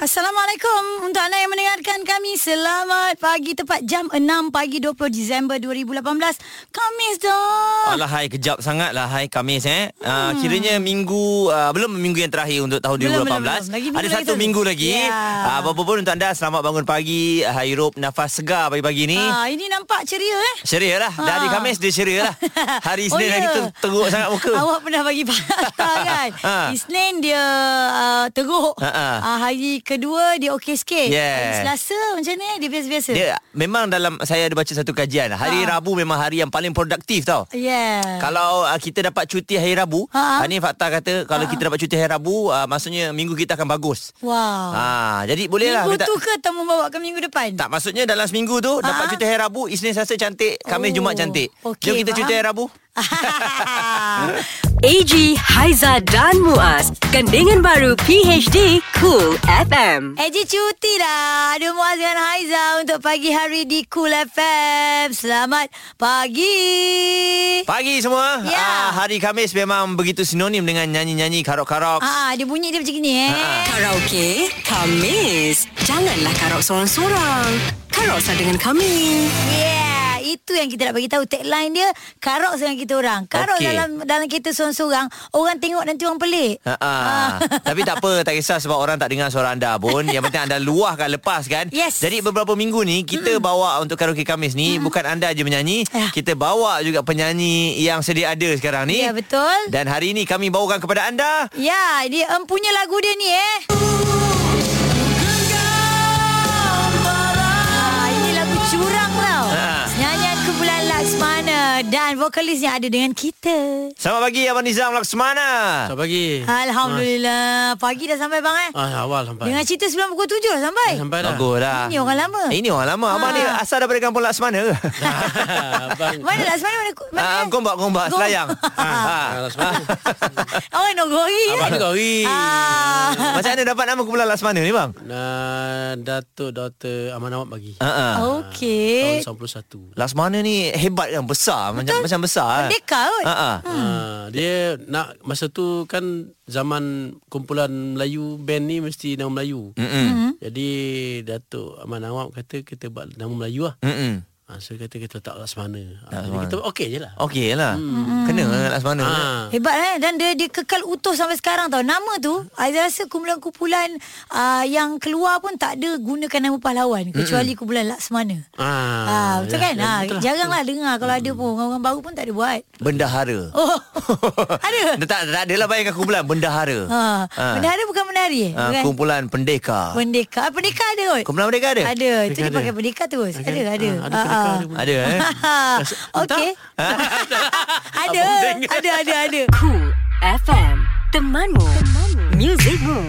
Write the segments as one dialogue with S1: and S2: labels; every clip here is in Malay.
S1: Assalamualaikum Untuk anda yang mendengarkan kami Selamat pagi Tepat jam 6 pagi 20 Disember 2018 Kamis dah
S2: Alah hai kejap sangat lah hai Kamis eh. Hmm. Uh, kiranya minggu uh, belum minggu yang terakhir untuk tahun 2018.
S1: Belum, belum, belum. Lagi minggu
S2: Ada
S1: lagi
S2: satu
S1: tu.
S2: minggu lagi.
S1: Ya.
S2: Uh, apa-apa pun untuk anda selamat bangun pagi, uh, hirup nafas segar pagi-pagi ni.
S1: ha, Ini nampak ceria eh
S2: Ceria lah. Dah hari
S1: Ha.
S2: Khamis dia ceria lah. Hari
S1: Oh,
S2: Isnin lagi ter- teruk sangat muka.
S1: ya. Awak pernah bagi patah kan
S2: Ha.
S1: Isnin dia uh, teruk
S2: Ha, ha.
S1: uh, Hari kedua dia okey sikit Hari
S2: Yes.
S1: Selasa macam ni Dia biasa-biasa
S2: Dia memang dalam saya ada baca satu kajian. Hari
S1: Ha.
S2: Rabu memang hari yang paling produktif tau.
S1: Yeah
S2: Kalau uh, kita dapat cuti hari Rabu,
S1: Ya. Ha, ha.
S2: ha, ni fakta kata kalau kita dapat cuti hari Rabu, uh, maksudnya minggu kita akan bagus.
S1: Wow
S2: Ha, jadi bolehlah
S1: Minggu
S2: kita-
S1: tu ke temu bawa ke minggu depan?
S2: Tak maksudnya dalam seminggu tu ha?
S1: Ah.
S2: dapat cuti hari Rabu, Isnin Selasa cantik, Khamis
S1: Oh,
S2: oh, Jumaat cantik.
S1: okey,
S2: Jom kita cuti
S1: faham. Ah.
S2: hari Rabu.
S3: AG Haiza dan Muaz, gandingan baru PHD Cool FM.
S1: Eji cuti lah Ada Muaz dengan Haiza Untuk pagi hari di Cool FM Selamat pagi
S2: Pagi semua.
S1: Ya.
S2: Ah, hari Khamis memang begitu sinonim dengan nyanyi-nyanyi karok-karok.
S1: Ah, Dia bunyi dia macam ni eh
S2: Ah.
S3: Karaoke Kamis. Janganlah karaok seorang-seorang. Karaok sama dengan kami.
S1: Yeah Itu yang kita nak bagi tahu Tagline dia Karok dengan kita orang Karok okay.
S2: Okey.
S1: dalam dalam kita seorang-seorang Orang tengok nanti orang pelik
S2: Ha ah. Tapi tak apa, tak kisah sebab orang tak dengar suara anda pun. Yang penting anda luahkan lepas kan.
S1: Yes.
S2: Jadi beberapa minggu ni kita mm bawa untuk karaoke Khamis ni mm bukan anda je menyanyi,
S1: Ya.
S2: kita bawa juga penyanyi yang sedia ada sekarang ni.
S1: Ya, betul.
S2: Dan hari ni kami bawakan kepada anda
S1: Ya, dia empunya lagu dia ni eh. Ah, ini lagu curang tau.
S2: Ah.
S1: Nyanyian kumpulan Laksmana dan vokalisnya ada dengan kita.
S2: Selamat pagi Abang Nizam Laksmana.
S4: Selamat pagi.
S1: Alhamdulillah. Pagi dah sampai bang eh.
S4: Eh, Ah, awal sampai.
S1: Dengan cerita sebelum pukul 7 dah sampai.
S4: sampai dah.
S2: Bagus lah.
S1: Ini orang lama.
S2: Eh, Ini orang lama. Abang
S1: Ah.
S2: ni asal daripada kampung Laksmana ke?
S4: Abang.
S1: Mana Laksmana mana? mana
S2: Ah, gombak, gombak,
S1: eh? Gom-
S2: selayang.
S4: Ah,
S2: Ah.
S4: Laksmana.
S1: Orang Nogori
S4: Abang
S1: eh.
S4: ni kori.
S1: Ah.
S2: Macam mana dapat nama kumpulan Laksmana ni bang?
S4: Nah, Datuk Dr. Aman Awad bagi.
S2: Ah, ah.
S1: Oh. Okey.
S4: Tahun 91.
S2: Laksmana ni hebat kan besar macam macam besar. eh.
S1: Merdeka kot.
S2: Ah, ah.
S4: Ah, dia nak masa tu kan zaman kumpulan Melayu band ni mesti nama Melayu.
S1: Hmm.
S2: Mm-mm.
S4: Jadi Datuk Aman Awad kata kita buat nama Melayu lah.
S2: Mm-mm.
S4: Ah, so dia kata kita letak Laksmana. Ah, jadi kita okey je lah.
S2: Okey lah.
S1: Hmm.
S2: Kena dengan Laksmana.
S4: Ah.
S1: Hebat eh dan dia dia kekal utuh sampai sekarang tau. Nama tu Aiza rasa kumpulan-kumpulan uh, yang keluar pun tak ada gunakan nama pahlawan kecuali kumpulan Laksmana.
S4: Ah,
S1: Ah, betul
S4: ya,
S1: kan?
S4: ya,
S1: Ah,
S4: betul lah.
S1: jaranglah dengar kalau ada pun orang-orang baru pun tak ada buat.
S2: Bendahara.
S1: Oh. ada.
S2: Dia tak, tak adalah bayangkan kumpulan Bendahara.
S1: Ha.
S2: Ah.
S1: Bendahara bukan menari eh?
S2: Ah,
S1: bukan.
S2: kumpulan pendekar.
S1: Pendekar. Ah, Pendekar ada kot.
S2: Kumpulan pendekar ada?
S1: Ada. Itu
S4: eh, Pendekar
S1: dia
S4: ada.
S1: pakai pendekar terus.
S4: Okey.
S1: Ada, ada. Ah,
S4: Ah, ada pendekar ada pun.
S2: Ada eh.
S1: Okey. ada. Ada, ada, ada.
S3: Cool FM. Temanmu. Temanmu. Muzikmu.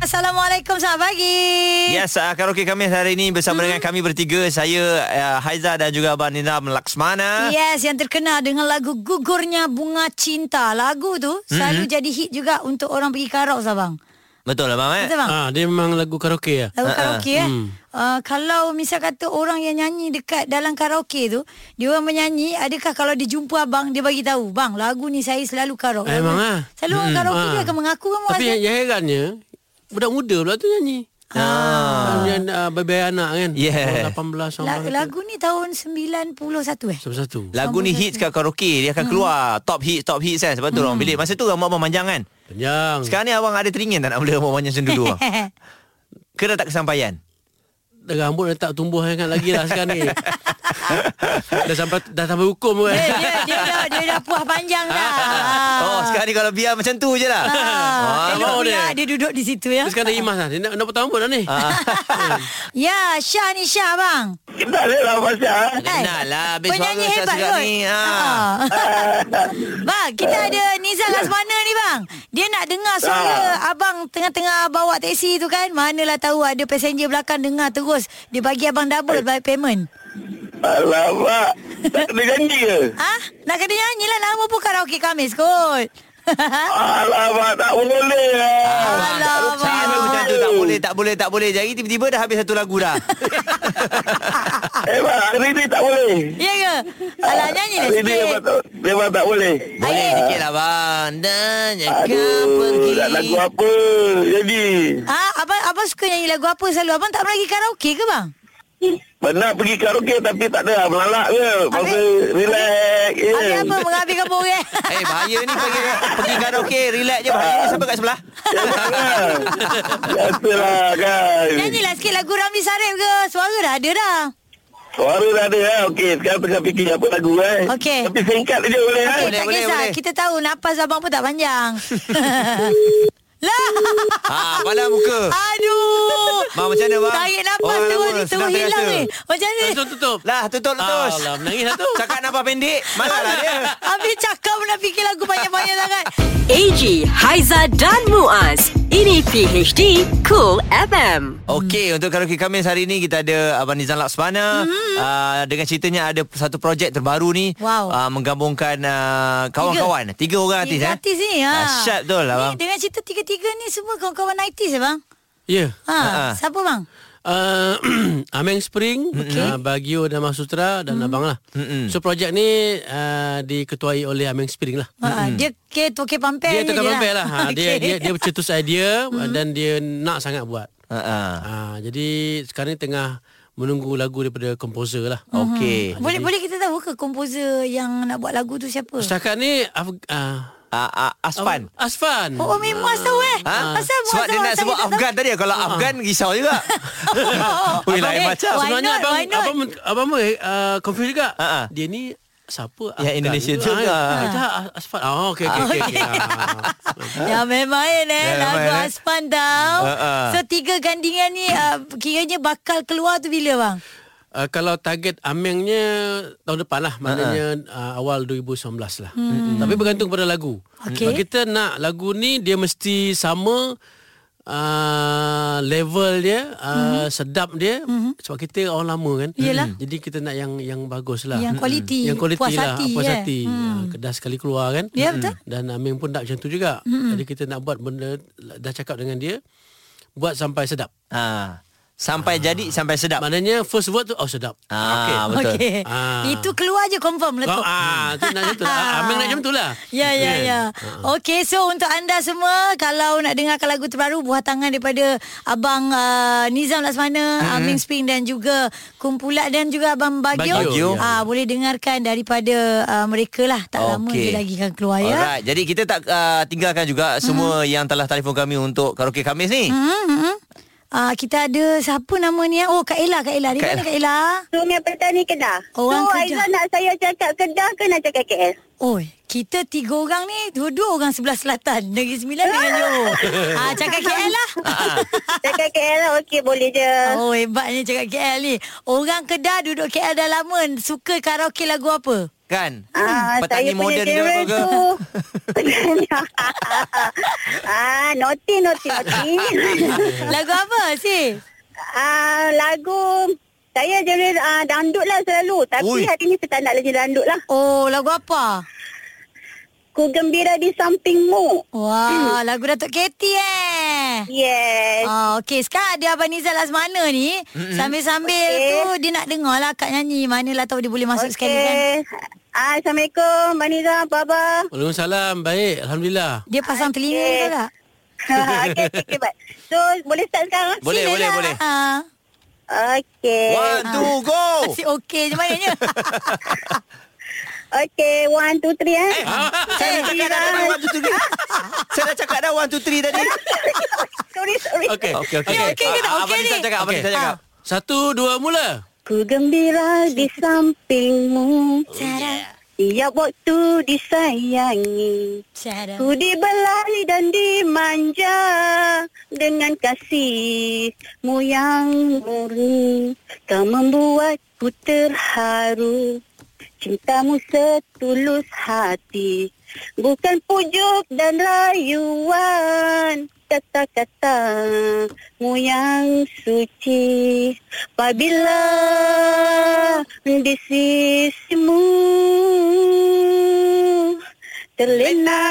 S1: Assalamualaikum. Selamat pagi.
S4: Ya,
S2: Yes, uh, karaoke kami hari ini bersama
S1: Hmm.
S2: dengan kami bertiga. Saya, uh, Haiza dan juga Abang Nizam
S4: Ah.
S2: Laksmana.
S1: Yes, yang terkenal dengan lagu Gugurnya Bunga Cinta. Lagu tu selalu jadi hit juga untuk orang pergi karaoke Sabang.
S2: Betul lah bang eh?
S1: Betul bang?
S4: Ah, dia memang lagu karaoke lah.
S1: Lagu karaoke eh. Uh, kalau misal kata orang yang nyanyi dekat dalam karaoke tu, dia orang menyanyi, adakah kalau dia jumpa abang dia bagi tahu, bang, lagu ni saya selalu karaoke.
S4: Eh, memang ah.
S1: Selalu orang karaoke
S4: Ah.
S1: dia akan mengaku kan
S4: Tapi ya,
S1: Muaz,
S4: yang,
S1: eh?
S4: yang herannya Budak muda pula tu nyanyi Ah. Yang uh, baby anak kan
S2: Yeah.
S4: Orang 18 orang
S1: La- lagu ni tahun 91 eh.
S4: Sama satu
S2: Lagu ni hits kat karaoke Dia akan
S1: Hmm.
S2: keluar Top hits Top hits kan Sebab tu orang pilih Masa tu rambut abang panjang kan
S5: Hmm.
S4: Panjang Sekarang
S2: Sekarang ni abang ada teringin Tak nak mula rambut panjang macam dulu abang? Ke dah tak kesampaian
S4: Rambut dah tak tumbuh sangat lagi lah sekarang ni Dah sampai dah sampai hukum
S1: dia,
S4: kan
S1: dia, dia, dah, dia dah puas panjang dah.
S2: Oh sekarang ni kalau biar macam tu je lah
S1: Ah,
S2: Ah,
S1: elok
S4: mau
S1: pula
S4: dia.
S1: dia duduk di situ ya.
S4: Terus Sekarang dah imas lah Dia nak, nak potong rambut dah ni
S1: Ya, Syah ni Syah bang.
S5: Kenal dia lah Fasya
S2: Kenal lah Habis
S1: Kan? Penyanyi
S2: suara
S1: hebat
S2: serak-serak
S1: kot.
S2: ni
S1: Ha.
S2: ah.
S1: bang, kita ada Nizam Lasmana ni bang. Dia nak dengar suara abang tengah-tengah bawa teksi tu kan. Manalah tahu ada passenger belakang dengar terus. Dia bagi abang double by payment.
S5: Alamak Tak kena janji ke
S1: Ah, ha? Nak kena nyanyi lah nama pun karaoke Kamis kot.
S5: Alamak, tak boleh. lah.
S1: Alamak.
S2: Sama macam tu Tak boleh tak boleh tak boleh Jadi tiba-tiba dah habis satu lagu dah
S5: Memang Eh, hari ni tak boleh.
S1: Ya ke? Alah nyanyi lah
S5: Hari ni memang
S1: sikit.
S5: tak, memang tak boleh.
S2: Boleh sikit lah bang Dan yang kau
S5: Aduh,
S2: pergi
S5: nak lagu apa jadi?
S1: Ah, abang abang suka nyanyi lagu apa selalu? Abang tak pernah pergi karaoke ke bang?
S5: Pernah pergi karaoke tapi tak ada melalak je. Masa relax.
S1: Yeah.
S4: Eh.
S5: Ya.
S1: Habis apa menghabiskan orang?
S2: Eh bahaya ni pergi, pergi karaoke Relax je bahaya ni Siapa kat sebelah
S5: Ya. Biasalah kan.
S1: Nyanyilah sikit lagu Ramli Sarip ke? Suara dah ada dah.
S5: Suara dah ada lah. Okey, sekarang tengah fikir apa lagu eh.
S1: Okey.
S5: Tapi singkat je boleh eh.
S1: Okey,
S2: boleh,
S1: tak
S2: boleh,
S1: kisah.
S2: boleh.
S1: Kita tahu napas abang pun tak panjang. lah.
S2: Ha pala muka
S1: Aduh.
S2: Bang macam mana bang
S1: Tarik napas
S2: Orang
S1: terus
S2: lama,
S1: ni terus
S2: senang
S1: hilang
S2: terasa.
S1: ni. Macam ni.
S4: Tutup tutup.
S2: Lah tutup letus
S4: Alah, menangis lah tu.
S2: Cakap nampak pendek Malah lah dia
S1: Habis cakap pun nak fikir lagu banyak-banyak sangat.
S3: AG, Haiza dan Muaz. Ini PHD Cool FM.
S2: Okey, untuk karaoke Kamis hari ni kita ada Abang Nizam Laksmana mm. uh, dengan ceritanya ada satu projek terbaru ni
S1: Mhm. Wow.
S2: uh, menggabungkan uh, kawan-kawan, tiga, orang artis eh.
S1: Artis ni. Ha.
S2: Asyad betul lah bang.
S1: Ni, dengan cerita tiga-tiga ni semua kawan-kawan 90s eh, bang.
S4: Ya.
S1: Ha,
S2: Ha, ha.
S1: siapa bang?
S4: Uh, Ameng Spring, okay. uh, Bagio dan Mahasutra dan Abang lah.
S2: Mm-mm.
S4: So projek ni uh, diketuai oleh Ameng Spring lah.
S1: Ha, Dia ke toke pampel
S4: Dia
S1: je Eh,
S4: tukar
S1: dia
S4: pampel lah. Ha,
S1: Okey.
S4: dia, dia, dia bercetus idea uh, dan dia nak sangat buat.
S2: Ha ah.
S4: Ha, jadi sekarang ni tengah menunggu lagu daripada komposer lah.
S1: Mm.
S2: Okey.
S1: Boleh boleh kita tahu ke komposer yang nak buat lagu tu siapa?
S4: Setakat ni Af- uh,
S2: Uh, uh, Aspan.
S4: Asfan.
S1: Mhm. Oh, oh memang Muaz tahu eh.
S2: Ha?
S1: Pasal Muaz
S2: Sebab dia
S1: tahu,
S2: nak
S1: saya
S2: sebut
S1: tak tahu.
S2: Afgan tadi Kalau
S4: Ah.
S2: Afgan risau juga Ui
S1: Abang,
S2: lain
S1: eh,
S2: macam
S1: why
S4: Sebenarnya
S1: not,
S4: abang,
S1: why not?
S4: abang abang abang uh, confused juga.
S2: Ha, ha.
S4: Dia ni siapa? Ah,
S2: Ya, Indonesian juga.
S4: Ha. Asfan. Oh, okey
S1: Ah,
S4: okey okey. okey. Ha.
S1: Yang main main eh
S2: Yang
S1: Lagu
S2: main-main, eh.
S1: Aspan tau
S2: Ha, ha.
S1: So tiga gandingan ni uh, Kiranya bakal keluar tu bila bang?
S4: Uh, kalau target amengnya tahun depan lah Maknanya uh, awal 2019 lah hmm. Tapi bergantung pada lagu
S1: Okey.
S4: Kalau kita nak lagu ni dia mesti sama uh, Level dia uh, Sedap dia Sebab kita orang lama kan
S1: Hmm. Yelah.
S4: Jadi kita nak yang yang bagus lah
S1: Yang kualiti,
S4: Yang kualiti
S1: puas
S4: lah
S1: hati,
S4: Puas
S1: eh.
S4: hati hmm. uh, Dah sekali keluar kan
S1: Ya, betul. Hmm.
S4: Dan Ameng pun nak macam tu juga Jadi kita nak buat benda Dah cakap dengan dia Buat sampai sedap
S2: ha. Sampai
S4: Ah.
S2: jadi Sampai sedap
S4: Maknanya first word tu Oh sedap
S2: ha, Betul
S1: Okey.
S4: Ah.
S1: Itu keluar je confirm letup
S4: Kau ah, tu nak macam tu. Ah, Amang nak macam tu lah.
S1: Ya, ya,
S4: Kan?
S1: ya.
S2: Ha.
S1: Okey, so untuk anda semua, kalau nak dengarkan lagu terbaru, buah tangan daripada Abang uh, Nizam Laksmana, mm-hmm. Aming Spring dan juga Kumpulat dan juga Abang Bagio.
S4: Bagio,
S2: ya.
S1: Ah, Boleh dengarkan daripada uh, mereka lah. Tak okay. lama
S2: Okey.
S1: je lagi akan keluar ya.
S2: Alright, jadi kita tak uh, tinggalkan juga semua yang telah telefon kami untuk karaoke Kamis ni.
S1: Hmm, hmm. Ah, kita ada siapa nama ni? Oh, Kak Ella, Kak Ella. Di
S2: Kak
S1: mana
S2: Ella.
S1: Kak Ella?
S6: Sungai Petani Kedah.
S1: Orang
S6: so,
S1: Kedah.
S6: Aizah nak saya cakap Kedah ke nak cakap KL?
S1: Oi, Oh, kita tiga orang ni, dua-dua orang sebelah selatan. Negeri Sembilan dengan Johor. ah, cakap KL lah.
S6: Ah. cakap KL lah, okey boleh je.
S1: Oh, hebatnya cakap KL ni. Orang Kedah duduk KL dah lama. Suka karaoke lagu apa?
S2: Kan?
S1: Hmm.
S6: Ah,
S2: Petani
S6: saya
S2: moden
S6: punya
S2: ke apa
S6: genre
S2: ke?
S6: tu. ah, noti, noti, noti.
S1: Lagu apa, si?
S6: ah, lagu saya genre ah, dandut lah selalu.
S2: Ui.
S6: Tapi hari ni saya tak nak lagi dandut lah.
S1: Oh, lagu apa?
S6: Ku gembira di sampingmu.
S1: Wah, lagu Datuk Katy eh.
S6: Hmm. Yes.
S1: Ah, okey, sekarang ada Abang Nizal Azmana ni. Sambil-sambil
S6: Okey.
S1: tu dia nak dengar lah Kak nyanyi. Manalah tahu dia boleh masuk sekali kan.
S6: Okey. Ah, Assalamualaikum, Maniza, Baba.
S4: Waalaikumsalam. Baik, alhamdulillah.
S1: Dia pasang telinga
S6: Okey.
S1: ke tak?
S6: okay, okay, okay, baik. So, boleh start sekarang?
S2: Boleh, boleh, boleh.
S1: Ha.
S6: Okay.
S2: One,
S1: Ah.
S2: two, go!
S1: Si okey je maknanya.
S6: Okay, one, two, three, eh.
S2: Eh, saya dah cakap dah tadi one, two, three. Saya dah cakap dah one, two, three tadi.
S6: sorry, sorry.
S4: Okey.
S2: Okey, okey.
S1: Okey, okey ke tak?
S2: Ah,
S1: Okey
S2: Abang
S1: ni?
S2: Nizam cakap, Abang
S4: Okey.
S2: Nizam
S6: Ah.
S2: cakap.
S4: Satu, dua, mula.
S6: Ku gembira di sampingmu.
S2: Oh,
S1: Cara.
S6: Tiap waktu disayangi.
S1: Cara.
S6: Ku dibelai dan dimanja dengan kasihmu yang murni. Kau membuatku terharu. Cintamu setulus hati. Bukan pujuk dan rayuan. Kata-katamu yang suci. Apabila di sisimu. Terlena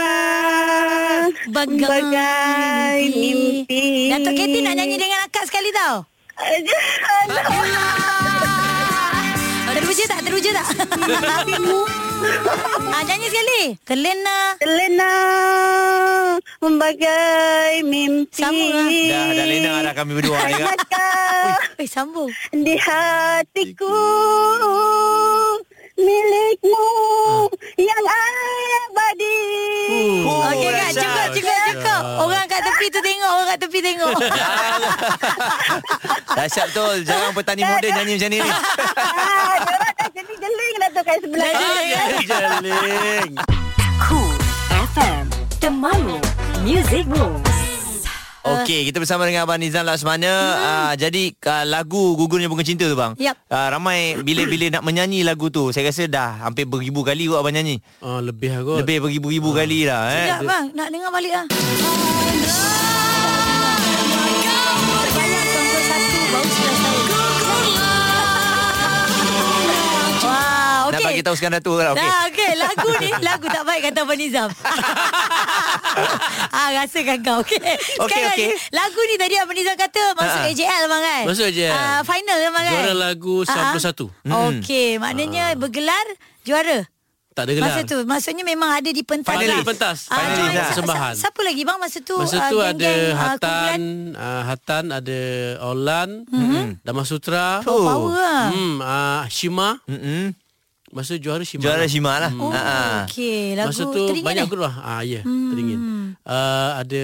S1: Bagai,
S6: Bagai mimpi.
S1: Datuk Katie nak nyanyi dengan akak sekali tau Ah, Teruja tak? Teruja tak? ah, nyanyi sekali Kelena
S6: Lena Membagai mimpi
S1: Sama lah.
S2: Dah, dah lena dah kami berdua ni kan.
S6: Mata
S1: Eh sambung
S6: di hatiku milikmu
S2: Ah.
S6: yang abadi.
S2: Oh,
S1: Okey kan
S2: Razak.
S1: cukup cukup cukup Orang kat tepi tu tengok Orang kat tepi tengok
S2: Dahsyat betul. Jangan petani muda nyanyi macam ni.
S6: Ah, Diorang dah jeling-jeling dah tu kat sebelah.
S4: Jeling.
S3: Cool FM Temanmu Music Moves
S1: Ah.
S2: Okey, kita bersama dengan Abang Nizam Laksmana. Hmm. Uh, jadi uh, lagu Gugurnya Bunga Cinta tu bang.
S1: Yap.
S2: Uh, ramai bila-bila nak menyanyi lagu tu, saya rasa dah hampir beribu kali kot abang nyanyi.
S4: Ah, lebih aku.
S2: Lebih
S4: Hmm.
S2: beribu-ribu kali lah eh.
S1: Sekejap bang Nak dengar balik lah Terbanyak tuan-tuan satu, baru sebelas tahun. Wow,
S2: Nak
S1: okey.
S2: bagi tahu sekarang Datuk lah. Okey.
S1: Dah okey lagu ni lagu tak baik kata Abang Nizam. ah rasakan kau okey. Sekarang
S2: okey.
S1: ni, lagu ni tadi Abang Nizam kata masuk
S2: Ha-ha.
S1: AJL bang kan.
S4: Masuk AJL.
S1: Ah final bang kan.
S4: Juara lagu Hmm.
S1: Ah, ah.
S4: 91.
S1: Okey maknanya bergelar juara.
S4: Tak ada Ah. gelar.
S1: Masa tu maksudnya memang ada di pentas.
S2: Finalis.
S1: lah.
S4: Ada pentas.
S1: Ah,
S2: Finalis
S1: join-
S2: lah.
S1: sa-
S4: Persembahan.
S1: sa- Siapa lagi bang masa tu?
S4: Masa
S1: ah,
S4: tu ada
S1: geng-geng, ah, kumpulan?
S4: Hatan, uh, Hatan ada Olan, mm-hmm. Damasutra,
S1: Oh, power lah.
S4: hmm, uh, Shima.
S2: Mm-mm.
S4: Masa juara Shima.
S2: Juara Shima lah.
S1: Oh,
S2: Ha, ha.
S1: okey. Lagu
S4: Masa Ah. tu
S1: teringin
S4: banyak
S1: eh?
S4: grup lah. Ah ya, yeah, hmm. teringin. Uh, ada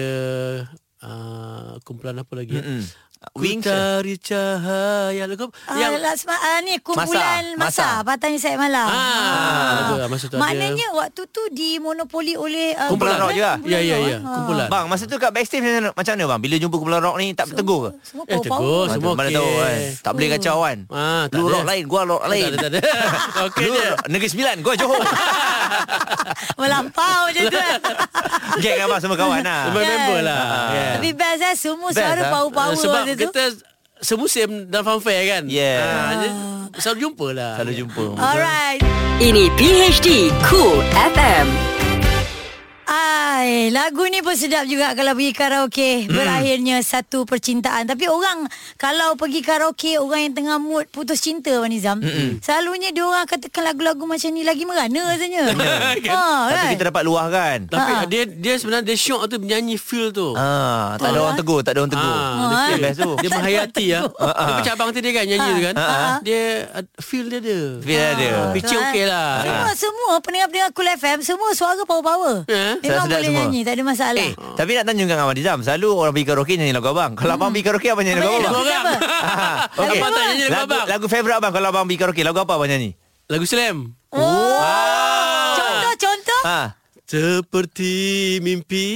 S4: uh, kumpulan apa lagi?
S2: Mm-mm.
S4: Mm-hmm.
S2: Wings,
S4: Ku cari cahaya lagu apa?
S1: Ah,
S4: yang
S1: Lasma, ah, ni kumpulan
S2: Masa.
S1: masa, masa. Patang Isai Malam.
S4: Ah, betul lah. Masa tu ada-
S1: Maknanya waktu tu dimonopoli oleh uh,
S2: Kumpulan rock je lah.
S4: Ya ya
S1: Ah.
S4: ya, kumpulan.
S2: Bang, masa tu kat backstage macam mana, macam mana bang? Bila jumpa kumpulan rock ni tak bertegur ke?
S1: Semua
S4: Eh,
S1: power-power.
S4: tegur. semua
S2: Mana
S4: okey.
S2: tahu kan. Tak boleh kacau kan.
S4: Ah, tak
S2: Lu
S4: ada.
S2: rock lain, gua rock
S4: Tak
S2: lain.
S4: ada tak ada. Okey
S2: Lu
S4: je.
S2: Negeri Sembilan, gua Johor.
S1: Melampau macam tu kan.
S4: Ya.
S2: Geng abang semua kawan lah.
S4: Semua member lah. Yeah.
S1: Tapi best lah. Semua
S2: Best
S1: suara
S2: lah.
S4: Ah,
S1: power-power
S4: Sebab
S1: waktu tu.
S4: kita semusim dalam fanfare kan.
S2: Yeah.
S4: Ah, jadi selalu jumpa lah.
S2: Selalu jumpa.
S1: Alright.
S3: Ini PHD Cool FM
S1: Ai, lagu ni pun sedap juga kalau pergi karaoke.
S4: Hmm.
S1: Berakhirnya satu percintaan. Tapi orang kalau pergi karaoke, orang yang tengah mood putus cinta Wan Nizam.
S4: Hmm.
S1: Selalunya dia orang katakan lagu-lagu macam ni lagi merana rasanya. ha,
S2: Tapi kita dapat luah kan.
S4: Tapi
S1: Ha.
S4: dia dia sebenarnya dia syok tu menyanyi feel tu.
S2: Ah, tak ada orang tegur, tak ada orang tegur.
S4: Ah,
S2: Dia
S4: dia,
S2: best tu.
S4: dia menghayati ya. Dia macam abang tadi kan nyanyi tu kan.
S1: Ah.
S4: Dia uh, feel dia ada.
S2: Feel dia ada.
S4: Picture
S1: Betul,
S4: okey
S1: eh?
S4: lah.
S1: Semua semua pendengar-pendengar Cool FM semua suara power-power.
S4: Eh?
S1: Memang
S2: Sedap-sedap
S1: boleh
S2: semua.
S1: nyanyi, tak ada masalah.
S2: Eh, tapi nak tanya dengan Abang Dizam Selalu orang pergi karaoke nyanyi lagu abang Kalau abang pergi karaoke abang nyanyi lagu apa?
S1: Abang nyanyi
S4: Dua
S2: abang?
S1: lagu
S4: orang.
S2: Okey.
S4: Abang tak nyanyi lagu
S2: Lagu,
S4: abang.
S2: lagu favourite abang Kalau abang pergi karaoke Lagu apa abang nyanyi?
S4: Lagu slam. Ah.
S1: Oh. Contoh contoh.
S2: Ha.
S4: Seperti mimpi.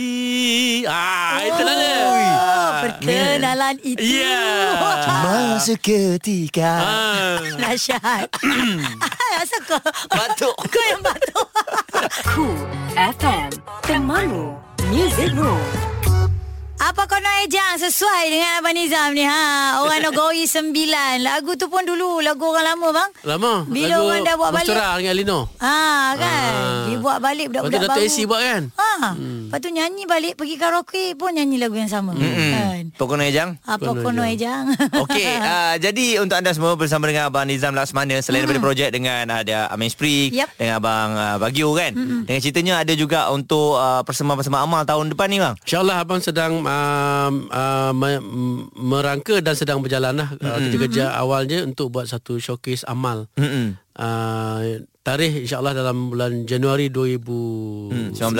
S4: Ah,
S1: lah
S4: itulah dia.
S1: Oh, perkenalan itu.
S4: Ya. Yeah.
S2: Masa ketika
S4: Ah.
S1: Dahsyat Asal kau
S2: Batuk.
S1: Kau yang batuk
S3: Cool FM Temanmu Music Moves
S1: Apa kau nak ejang Sesuai dengan Abang Nizam ni ha? Orang Nogoi 9 Lagu tu pun dulu Lagu orang lama bang
S4: Lama.
S1: Bila
S4: lagu
S1: orang dah buat balik
S4: Mastera dengan Lino.
S1: Ha kan
S4: Ah.
S1: Dia buat balik
S4: Lepas tu
S1: budak-budak
S4: Dato'
S1: baru
S4: AC buat kan.
S1: Ha Lepas tu nyanyi balik Pergi karaoke pun nyanyi lagu yang sama kan?
S2: hmm. Pokok Noe Jang
S1: Apa kau nak ejang
S2: Okey, uh, jadi untuk anda semua bersama dengan Abang Nizam Laksmana selain daripada projek dengan ada Amin Spri,
S1: Yap.
S2: dengan Abang uh, Bagio kan. Dengan ceritanya ada juga untuk uh, persembahan-persembahan amal tahun depan ni bang.
S4: InsyaAllah abang sedang um, uh, me- m- merangka dan sedang berjalan lah uh, kerja-kerja awalnya untuk buat satu showcase amal.
S2: Mm-mm.
S4: Uh, tarikh insyaAllah dalam bulan Januari 2019 uh,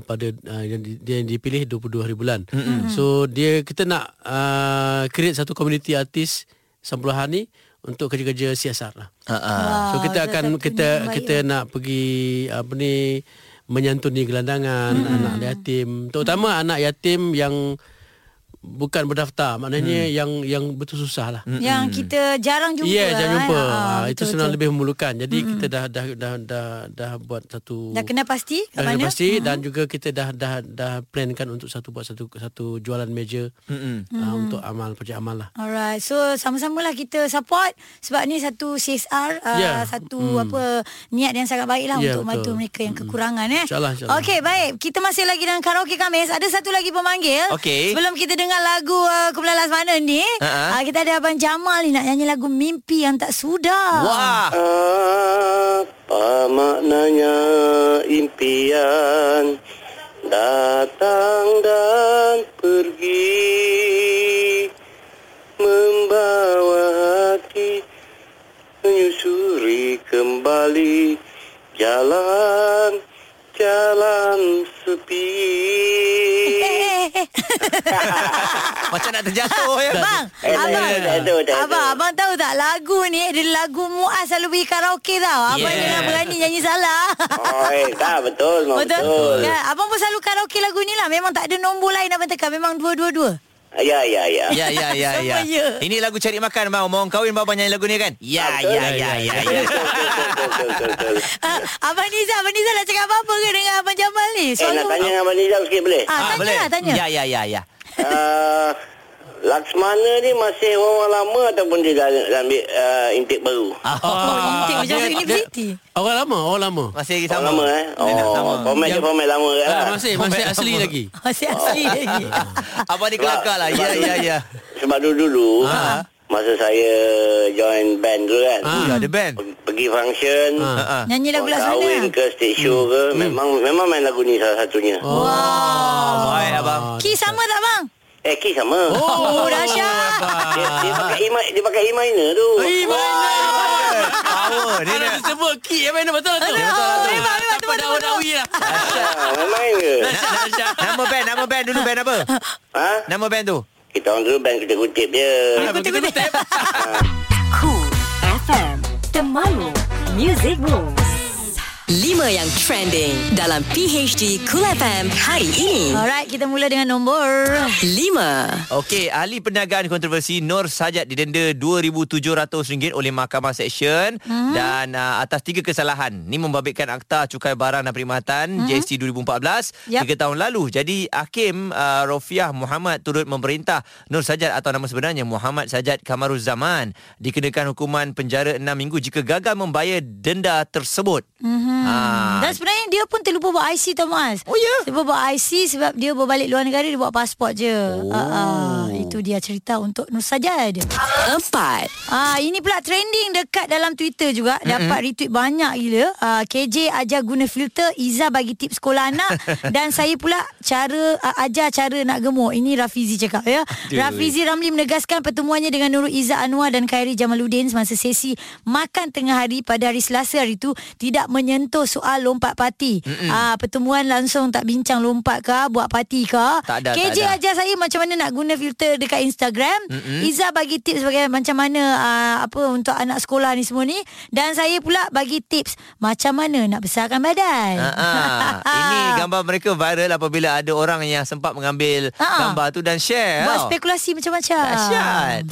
S4: pada uh, yang, di, yang dipilih 22 hari bulan. So dia kita nak uh, create satu community artis Sampuluhan ni untuk kerja-kerja siasat lah.
S2: Uh-uh.
S4: So
S1: Wow,
S4: kita
S1: salah
S4: akan
S1: satu
S4: kita
S1: ni baik
S4: kita nak pergi apa ni menyantuni gelandangan anak yatim, terutama anak yatim yang bukan berdaftar
S1: Mm.
S4: maknanya hmm. yang yang betul susah lah.
S1: Mm-mm. Yang kita jarang Mm. jumpa.
S4: Ya, yeah, jangan lupa.
S1: eh.
S4: Ha,
S1: Ah,
S4: itu
S1: betul,
S4: senang
S1: betul.
S4: lebih memerlukan. Jadi mm kita dah dah dah dah dah buat satu
S1: Dah kenal pasti kat
S4: Dah kena
S1: mana?
S4: pasti dan juga kita dah dah dah plankan untuk satu buat satu satu jualan meja
S2: Hmm,
S4: mm uh, untuk amal projek amal lah.
S1: Alright, so sama-samalah kita support sebab ni satu CSR, uh,
S4: Ya.
S1: yeah. satu hmm. apa niat yang sangat baik lah yeah,
S4: Ya,
S1: untuk bantu
S4: betul.
S1: mereka yang kekurangan eh.
S4: InsyaAllah, insyaAllah.
S1: Okey, baik. Kita masih lagi dalam karaoke Kamis. Ada satu lagi pemanggil.
S2: Okey.
S1: Sebelum kita dengar lagu uh, Kumpulan Lasmana ni,
S2: Ha-ha.
S1: uh, kita ada Abang Jamal ni nak nyanyi lagu Mimpi Yang Tak Sudah.
S2: Wah.
S7: Apa maknanya impian datang dan pergi membawa hati menyusuri kembali jalan jalan sepi.
S1: Eh, eh, eh.
S2: Macam nak terjatuh ya.
S1: Abang,
S7: Eh, dah,
S1: abang,
S7: dah, dah, dah, dah.
S1: abang, abang tahu tak lagu ni adalah lagu Muaz selalu pergi karaoke tau. Abang
S2: Yeah.
S1: jangan berani nyanyi salah.
S7: Oh, eh, dah betul, memang
S1: Betul.
S7: betul.
S1: Ya, abang pun selalu karaoke lagu ni lah. Memang tak ada nombor lain abang tekan. Memang dua-dua-dua.
S7: Ya, ya, ya.
S2: Ya ya ya ya.
S1: Sama ya.
S2: Ini lagu cari makan bang. Mau kahwin bang nyanyi lagu ni kan? Ya
S7: Betul.
S2: ya ya ya. ya.
S7: Betul, betul, betul, betul, betul. Eh,
S1: Ah, abang Nizam, abang Nizam nak cakap apa-apa ke dengan abang Jamal ni?
S7: Eh, nak tanya dengan Abang Nizam sikit boleh?
S1: Ah, tanya
S2: boleh?
S1: lah, tanya.
S2: Ya ya ya ya.
S7: Ah, Laksmana ni masih orang lama ataupun dia dah, dah ambil uh, intake baru?
S1: Oh, intik macam
S4: dia-
S1: universiti.
S4: Orang lama, orang lama.
S2: Masih lagi
S7: Orang
S2: sama.
S7: lama eh?
S2: Dia nak sama.
S7: Oh, format dia
S4: Yang-
S7: format lama ke lah.
S4: Ah, masih masih
S2: Orang
S4: asli
S2: lama.
S4: lagi.
S1: Masih asli lagi.
S2: Abang ni kelakar lah. Ya ya ya.
S7: Sebab dulu-dulu,
S2: Ha.
S7: masa saya join band dulu kan,
S4: Ah.
S2: Oh ya, ada band.
S7: pe- pergi function,
S4: Ah.
S2: Ha ah.
S1: Nyanyi lagu lah
S7: orang
S1: laksana.
S7: kahwin ke, stage show ke, memang memang main lagu ni salah satunya.
S2: Oh, baik abang.
S1: Ki sama tak bang?
S7: Eh, Ki sama.
S1: Oh, dahsyat.
S7: Dia, dia pakai imai, dia pakai imai tu.
S2: Power dia
S4: Kalau
S2: nak.
S4: disebut ki eh, mana betul tu?
S1: Betul, betul. Memang, memang,
S4: Apa
S1: betul, betul,
S4: dawi lah.
S7: Ha, main main ke?
S2: Nama band, nama band dulu band apa?
S7: Ha?
S2: Nama band tu.
S7: Kita orang dulu band kita kutip je.
S1: Ha,
S4: Kutip-kutip.
S3: Cool FM Temanmu Music Rules 5 yang trending dalam PHD Cool FM hari ini
S1: Alright, kita mula dengan nombor.
S3: 5
S2: Okey, ahli perniagaan kontroversi Nur Sajat didenda RM2,700 oleh Mahkamah Seksyen hmm. dan uh, atas tiga kesalahan. Ni membabitkan Akta Cukai Barang dan Perkhidmatan hmm. GST 2014
S1: Yap.
S2: tiga tahun lalu. Jadi Hakim uh, Rofiah Muhammad turut memerintah Nur Sajat atau nama sebenarnya Muhammad Sajat Kamaruzzaman dikenakan hukuman penjara 6 minggu jika gagal membayar denda tersebut.
S1: Mhm.
S2: Hmm. Ha.
S1: Dan sebenarnya dia pun terlupa buat IC tau Mas
S2: Oh, ya?
S1: Dia buat IC sebab dia berbalik luar negara Dia buat pasport je oh. Itu dia cerita untuk Nur Sajad
S3: 4
S1: Ah ini pula trending dekat dalam Twitter juga mm-hmm. dapat retweet banyak gila. Ah KJ ajar guna filter, Iza bagi tips sekolah anak dan saya pula cara ah, ajar cara nak gemuk. Ini Rafizi cakap ya. Rafizi Ramli menegaskan pertemuannya dengan Nurul Iza Anwar dan Khairi Jamaluddin semasa sesi makan tengah hari pada hari Selasa hari itu tidak menyentuh soal lompat parti. Ah pertemuan langsung tak bincang lompat ke buat parti ke.
S2: Tak ada,
S1: KJ
S2: tak ada.
S1: ajar saya macam mana nak guna filter dekat Instagram. Mm-hmm. Iza bagi tips bagi macam mana uh, apa untuk anak sekolah ni semua ni dan saya pula bagi tips macam mana nak besarkan badan.
S2: Ha-ha. Ha, Ini gambar mereka viral apabila ada orang yang sempat mengambil
S1: Ha-ha.
S2: gambar tu dan share.
S1: Buat
S2: tau.
S1: spekulasi macam-macam.
S2: Dahsyat.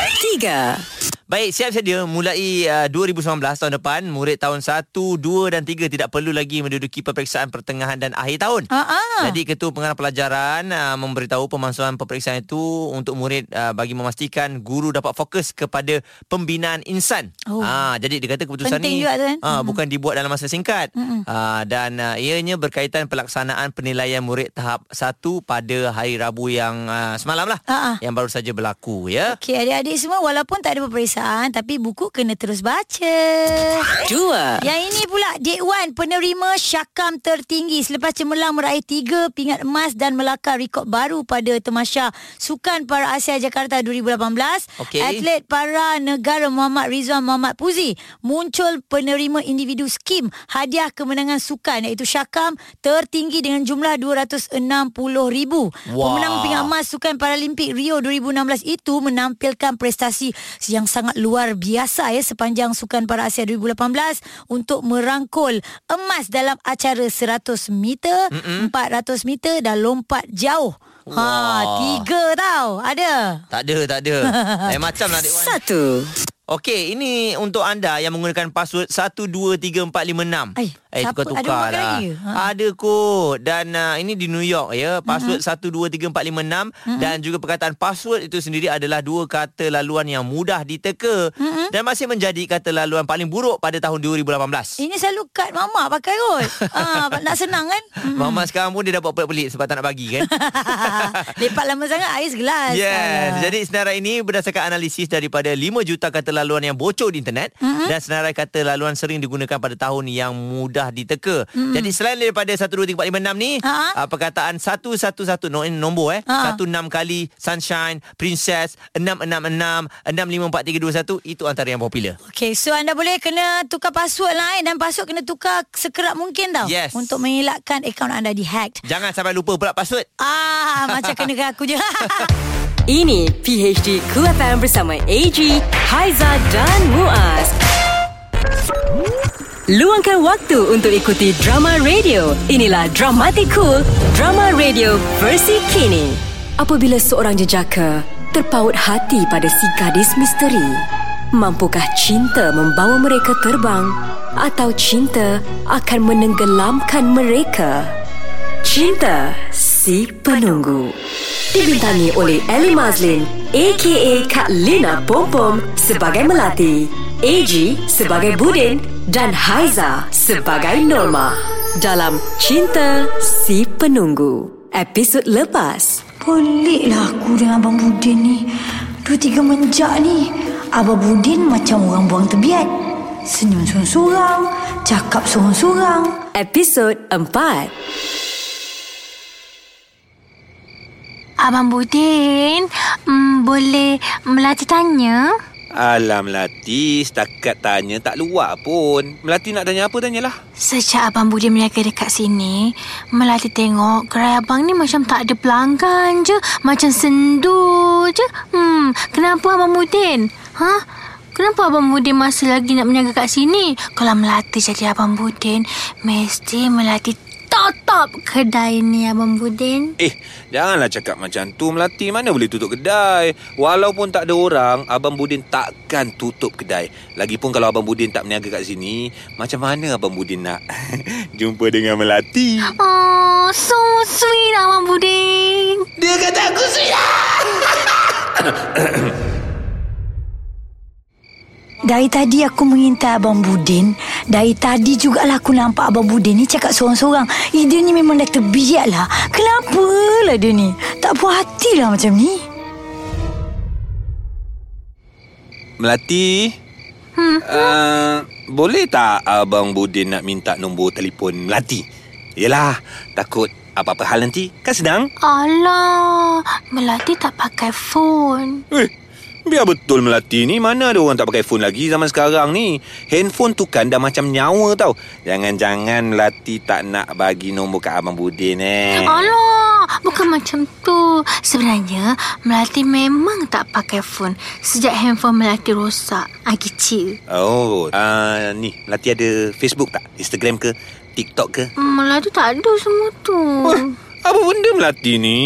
S3: 3
S2: Baik, siap sedia mulai uh, 2019 tahun depan, murid tahun 1, 2 dan 3 tidak perlu lagi menduduki peperiksaan pertengahan dan akhir tahun.
S1: Ha-ha.
S2: Jadi Ketua Pengarah Pelajaran uh, memberitahu pemansuhan peperiksaan itu untuk murid uh, bagi memastikan guru dapat fokus kepada pembinaan insan.
S1: Oh.
S2: Ah, jadi dia kata keputusan
S1: Penting
S2: ni
S1: juga tu, kan?
S2: ah, bukan dibuat dalam masa singkat ah, dan ah, ianya berkaitan pelaksanaan penilaian murid tahap 1 pada hari Rabu yang ah, semalam lah
S1: Ha-ha.
S2: yang baru saja berlaku ya.
S1: Okey, adik-adik semua walaupun tak ada peperiksaan tapi buku kena terus baca.
S3: 2
S1: Yang ini pula Dek Wan penerima syakam tertinggi selepas cemerlang meraih tiga pingat emas dan melakar rekod baru pada Temasya Sukan Para Asia Jakarta 2018.
S2: Okey.
S1: Atlet para negara Muhammad Rizwan Muhammad Puzi muncul penerima individu skim hadiah kemenangan sukan iaitu syakam tertinggi dengan jumlah 260,000.
S2: Wah.
S1: Pemenang pingat emas Sukan Paralimpik Rio 2016 itu menampilkan prestasi yang sangat luar biasa ya sepanjang Sukan Para Asia 2018 untuk merangkul emas dalam acara 100 meter, Mm-mm. 400 meter dan lompat jauh. Ha,
S2: Wah.
S1: tiga tau. Ada.
S2: Tak ada, tak ada. Lain macam lah, Adik Wan.
S3: Satu.
S2: Okey, ini untuk anda yang menggunakan password 123456.
S1: Ay, siapa ada buat lagi? Ha. Mhm.
S2: Ha. Ada kot. Dan uh, ini di New York ya. Password uh-huh. 123456 uh-huh. dan juga perkataan password itu sendiri adalah dua kata laluan yang mudah diteka uh-huh.
S1: Mhm.
S2: dan masih menjadi kata laluan paling buruk pada tahun 2018.
S1: Ini selalu kad mama pakai kot. ha, nak senang kan? Mm.
S2: Mama sekarang pun dia dah buat pelik-pelik sebab tak nak bagi kan.
S1: Lepak lama sangat air segelas.
S2: Yes.
S1: Ah.
S2: Jadi senarai ini berdasarkan analisis daripada 5 juta kata laluan yang bocor di internet mm-hmm. dan senarai kata laluan sering digunakan pada tahun yang mudah diteka. Mm-hmm. Jadi selain daripada 1 2 3 4 5 6 ni,
S1: Ha?
S2: uh, perkataan 1 1 1 no, ini nombor eh,
S1: Ha.
S2: 1 6 kali sunshine, princess, 6 6 6, 6 5 4 3 2 1 itu antara yang popular.
S1: Okay, so anda boleh kena tukar password lah eh, dan password kena tukar sekerap mungkin tau.
S2: Yes.
S1: Untuk mengelakkan akaun anda dihacked.
S2: Jangan sampai lupa pula password.
S1: Ah, macam kena ke aku je.
S3: Ini PHD Cool FM bersama AG, Haiza dan Muaz. Luangkan waktu untuk ikuti drama radio. Inilah Dramatik Cool, drama radio versi kini. Apabila seorang jejaka terpaut hati pada si gadis misteri, mampukah cinta membawa mereka terbang atau cinta akan menenggelamkan mereka? Cinta Si Penunggu Dibintangi oleh Ellie Mazlin A.K.A. Kak Lina Pompom sebagai Melati AG sebagai Budin dan Haiza sebagai Norma dalam Cinta Si Penunggu episod lepas
S8: Peliklah lah aku dengan Abang Budin ni. Dua tiga menjak ni. Abang Budin macam orang buang tebiat. Senyum sorang-sorang. Cakap sorang-sorang.
S3: episod empat
S9: Abang Budin, mm, boleh Melati tanya?
S10: Alah Melati, setakat tanya tak luar pun. Melati nak tanya apa, tanyalah.
S9: Sejak Abang Budin berniaga dekat sini, Melati tengok gerai abang ni macam tak ada pelanggan je. Macam sendu je. Hmm, kenapa Abang Budin? Ha? Kenapa Abang Budin masih lagi nak berniaga kat sini? Kalau Melati jadi Abang Budin, mesti Melati tutup kedai ni Abang Budin.
S10: Eh, janganlah cakap macam tu Melati. Mana boleh tutup kedai? Walaupun tak ada orang, Abang Budin takkan tutup kedai. Lagipun kalau Abang Budin tak berniaga kat sini, macam mana Abang Budin nak jumpa dengan Melati?
S9: Oh, so sweet Abang Budin.
S8: Dari tadi aku mengintai Abang Budin Dari tadi jugalah aku nampak Abang Budin ni cakap sorang-sorang Eh dia ni memang dah terbiak lah Kenapa lah dia ni Tak puas hati lah macam ni
S10: Melati? Hmm. Uh, boleh tak Abang Budin nak minta nombor telefon Melati? Yelah, takut apa-apa hal nanti. Kan senang.
S9: Alah, Melati tak pakai phone.
S10: Eh, biar betul Melati ni Mana ada orang tak pakai phone lagi zaman sekarang ni Handphone tu kan dah macam nyawa tau Jangan-jangan Melati tak nak bagi nombor kat Abang Budin eh
S9: Alah, bukan macam tu. Sebenarnya, Melati memang tak pakai phone. Sejak handphone Melati rosak, ah kecil.
S10: Oh, uh, ni Melati ada Facebook tak? Instagram ke? TikTok ke?
S9: Melati tak ada semua tu.
S10: Wah, apa benda Melati ni?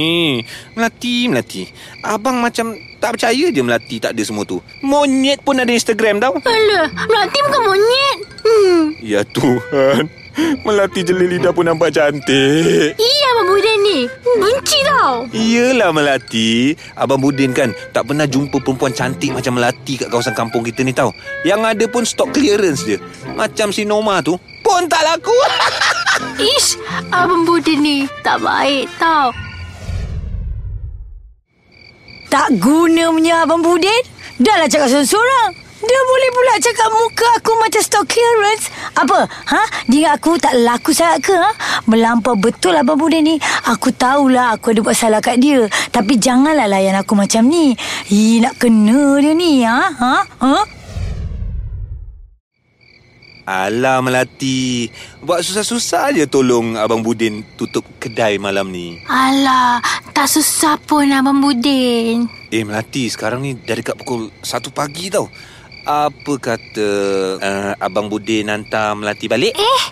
S10: Melati, Melati Abang macam tak percaya je Melati tak ada semua tu Monyet pun ada Instagram tau
S9: Alah, Melati bukan monyet. Hmm.
S10: Ya Tuhan Melati jeli lidah pun nampak cantik
S9: Iya, Abang Budan ni. Benci tau.
S10: Iyalah Melati Abang Budin kan Tak pernah jumpa perempuan cantik Macam Melati Kat kawasan kampung kita ni tau Yang ada pun stok clearance dia Macam si Noma tu Pun tak laku
S9: Ish, Abang Budan ni tak baik tau.
S8: Tak guna punya Abang Budin Dah lah cakap sorang-sorang Dia boleh pula cakap muka aku macam stock clearance Apa? Ha? Dia ingat aku tak laku sangat ke? Ha? Melampau betul Abang Budin ni Aku tahulah aku ada buat salah kat dia Tapi janganlah layan aku macam ni Ih, nak kena dia ni ha? Ha? Ha?
S10: Alah Melati Buat susah-susah je tolong Abang Budin Tutup kedai malam ni
S9: Alah, tak susah pun Abang Budin.
S10: Eh Melati sekarang ni Dah dekat pukul 1 pagi tau apa kata uh, Abang Budin hantar Melati balik? Eh?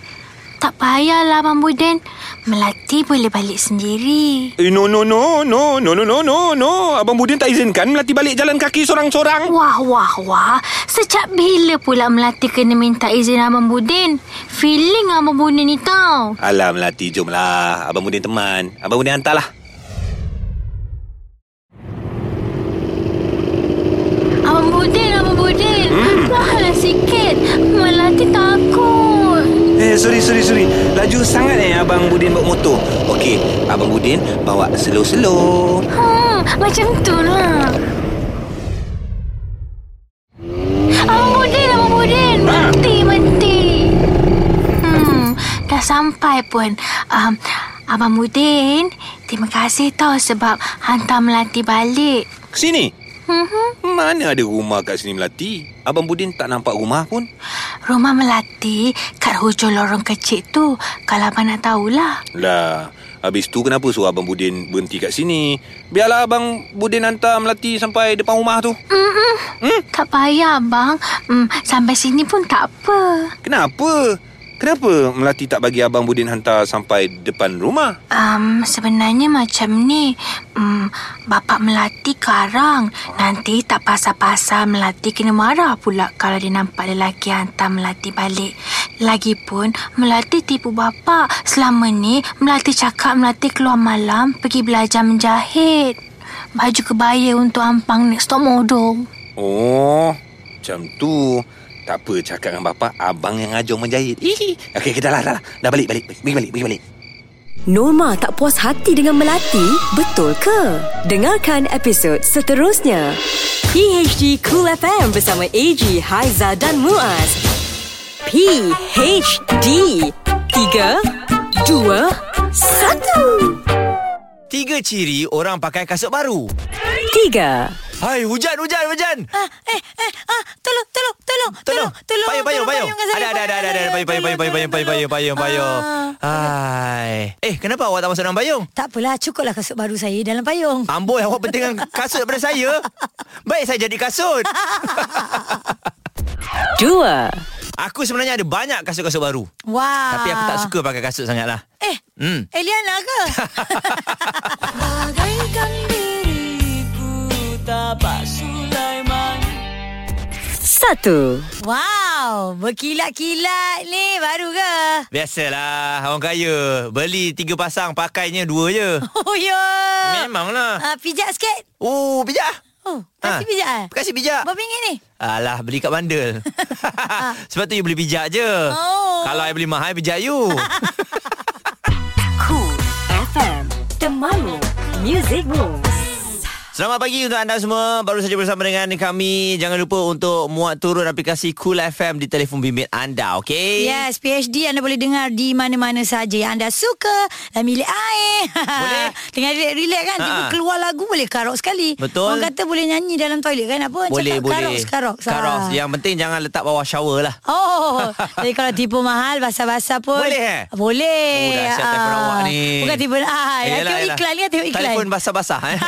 S9: Tak payahlah Abang Budin. Melati boleh balik sendiri.
S10: Eh, no, no, no, no, no, no, no, no, no. Abang Budin tak izinkan Melati balik jalan kaki seorang-seorang.
S9: Wah, wah, wah. Sejak bila pula Melati kena minta izin Abang Budin? Feeling Abang Budin ni tau.
S10: Alah Melati, jomlah. Abang Budin teman. Abang Budin hantarlah.
S9: Abang Budin, Abang Budin. Hmm. Tahanlah sikit. Melati takut.
S10: Eh, sorry, sorry, sorry. Laju sangat eh Abang Budin bawa motor. Okey, Abang Budin bawa slow-slow.
S9: Hmm, macam tu lah. Abang Budin, Abang Budin. Mati, mati. Hmm, dah sampai pun. Um, Abang Budin, terima kasih tau sebab hantar Melati balik.
S10: Sini.
S9: Hmm.
S10: Mana ada rumah kat sini Melati? Abang Budin tak nampak rumah pun.
S9: Rumah Melati kat hujung lorong kecil tu. Kalau abang nak tahulah.
S10: Lah, habis tu kenapa suruh Abang Budin berhenti kat sini? Biarlah Abang Budin hantar Melati sampai depan rumah tu.
S9: Mm-mm. Hmm? Tak payah abang. Hmm, sampai sini pun tak apa.
S10: Kenapa? Kenapa Melati tak bagi Abang Budin hantar sampai depan rumah?
S9: Um, sebenarnya macam ni. Um, bapak Melati karang. Nanti tak pasal-pasal Melati kena marah pula kalau dia nampak lelaki hantar Melati balik. Lagipun, Melati tipu bapak. Selama ni, Melati cakap Melati keluar malam pergi belajar menjahit. Baju kebaya untuk ampang next top model.
S10: Oh, macam tu. Tak apa cakap dengan bapak Abang yang ajar menjahit Hihi. Okey kita lah, dah lah Dah balik balik Pergi balik pergi balik
S3: Norma tak puas hati dengan Melati, betul ke? Dengarkan episod seterusnya. PHD Cool FM bersama AG, Haiza dan Muaz. PHD 3 2 1
S2: Tiga ciri orang pakai kasut baru.
S3: 3
S2: Hai, hujan, hujan, hujan.
S1: Ah, eh, eh, ah, tolong, tolong, tolong, tolong, tolong.
S2: Payung, payung, payung.
S1: kat
S2: Ada,
S1: saya,
S2: ada, ada, ada, ada. Payung, payung, payung, payung, payung, payung, payung, payung. Hai. Eh, kenapa awak tak masuk dalam payung?
S1: Ah, Tak apalah, cukuplah kasut baru saya dalam payung.
S2: Amboi, awak pentingkan kasut daripada saya. Baik saya jadi kasut.
S3: 2
S2: Aku sebenarnya ada banyak kasut-kasut baru.
S1: Wah.
S2: Tapi aku tak suka pakai kasut sangat lah.
S1: Eh,
S2: Hmm.
S1: Eliana ke?
S11: Bagaikan diriku tapak Sulaiman
S3: 1
S1: wow, berkilat-kilat ni baru ke?
S2: Biasalah, orang kaya. Beli tiga pasang, pakainya dua je.
S1: Oh ya.
S2: Memanglah.
S1: Ah, pijak sikit.
S2: Oh, pijak.
S1: Oh,
S2: Ah,
S1: kasih pijak eh?
S2: kasih pijak.
S1: Berapa ringgit ni?
S2: Alah, beli kat bandel. Sebab tu you beli pijak je.
S1: Oh.
S2: Kalau I beli mahal, I pijak you.
S3: Cool FM Temanmu Music Rules
S2: Selamat pagi untuk anda semua. Baru saja bersama dengan kami. Jangan lupa untuk muat turun aplikasi Cool FM di telefon bimbit anda, okey?
S1: Yes, PhD anda boleh dengar di mana-mana saja yang anda suka dan milik air. Boleh. Tengah relax-relax kan, tiba
S2: Ha.
S1: keluar lagu boleh karok sekali.
S2: Betul.
S1: Orang kata boleh nyanyi dalam toilet kan apa?
S2: Boleh,
S1: Cakap
S2: boleh.
S1: Karok, karok.
S2: Karoks. Yang penting jangan letak bawah shower lah.
S1: Oh, jadi kalau tipu mahal basah-basah pun
S2: Boleh eh?
S1: Boleh.
S2: Oh, dahsyat
S1: Ah.
S2: telefon awak ni.
S1: Bukan tipu
S2: Eh,
S1: ah, ya,
S2: yelah,
S1: tengok
S2: yelah.
S1: iklan ni tengok iklan.
S2: Telefon basah-basah eh.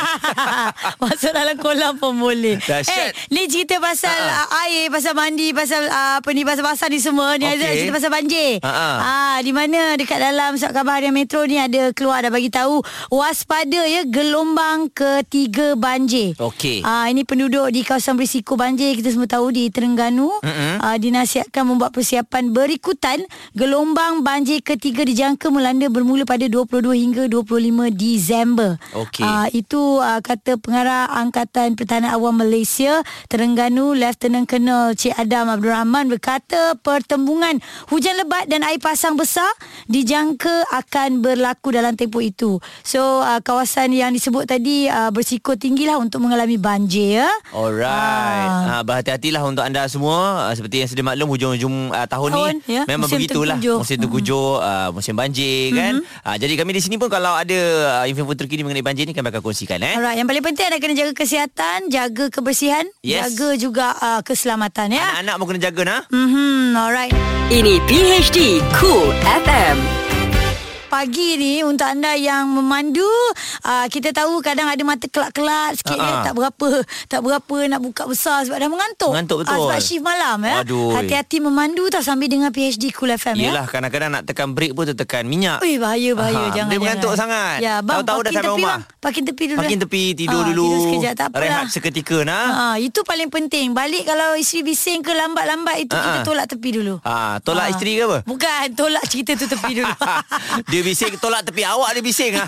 S1: Masuk dalam kolam pun boleh
S2: Dahsyat.
S1: Eh, ni cerita pasal
S2: Ha-ha.
S1: uh air Pasal mandi Pasal uh, apa ni Pasal-pasal ni semua Ni ada
S2: Okey.
S1: cerita pasal banjir
S2: Ha-ha.
S1: Ah, Di mana dekat dalam Surat khabar harian metro ni Ada keluar dah bagi tahu Waspada ya Gelombang ketiga banjir
S2: Okey.
S1: Ah ini penduduk di kawasan berisiko banjir kita semua tahu di Terengganu mm-hmm. ah, dinasihatkan membuat persiapan berikutan gelombang banjir ketiga dijangka melanda bermula pada 22 hingga 25 Disember.
S2: Okey.
S1: Ah, itu ah, kata pengarah Angkatan Pertahanan Awam Malaysia Terengganu Lieutenant Colonel Cik Adam Abdul Rahman berkata pertembungan hujan lebat dan air pasang besar dijangka akan berlaku dalam tempoh itu. So ah, kawasan yang disebut tadi ah, bersiko tinggilah untuk mengalami banjir ya.
S2: Alright. Ah. berhati-hatilah untuk anda semua. Ah, seperti yang sedia maklum hujung-hujung ah, tahun,
S1: Tahun,
S2: ni
S1: ya.
S2: memang
S1: Musim Mm-hmm.
S2: begitulah.
S1: tengkujuh.
S2: Musim tengkujuh, ah, musim banjir kan.
S1: Mm-hmm.
S2: Ah, jadi kami di sini pun kalau ada ah, info terkini mengenai banjir ni kami akan kongsikan eh.
S1: Alright, ya. yang paling penting anda kena jaga kesihatan, jaga kebersihan,
S2: Yes.
S1: jaga juga uh, keselamatan ya.
S2: Anak-anak pun kena jaga nah.
S1: Mhm, alright.
S3: Ini PHD Cool FM
S1: pagi ni untuk anda yang memandu, uh, kita tahu kadang ada mata kelak-kelak
S2: Ha,
S1: sikit uh-huh.
S2: ha.
S1: tak berapa tak berapa nak buka besar sebab dah mengantuk.
S2: Mengantuk
S1: Ah,
S2: betul.
S1: sebab shift malam ya.
S2: Aduh.
S1: Hati-hati memandu tau sambil dengar PhD Cool FM
S2: Yelah
S1: ya. Oh,
S2: kadang-kadang nak tekan break pun tertekan minyak.
S1: Ui bahaya bahaya
S2: Aha,
S1: jangan
S2: Dia mengantuk
S1: jangan.
S2: sangat.
S1: Ya, bang,
S2: Tahu-tahu dah
S1: parking
S2: sampai
S1: tepi,
S2: rumah.
S1: Bang. Parking tepi dulu.
S2: Parking
S1: dah.
S2: tepi tidur
S1: Ah,
S2: dulu.
S1: Tidur sekejap tak apalah.
S2: Rehat seketika nah.
S1: Ha, itu paling penting. Balik kalau isteri bising ke lambat-lambat itu
S2: Ha,
S1: kita
S2: ha.
S1: tolak tepi dulu.
S2: Ah, tolak
S1: Ah.
S2: isteri ke apa?
S1: Bukan, tolak cerita tu tepi dulu.
S2: Dia bising tolak tepi awak dia bising ah.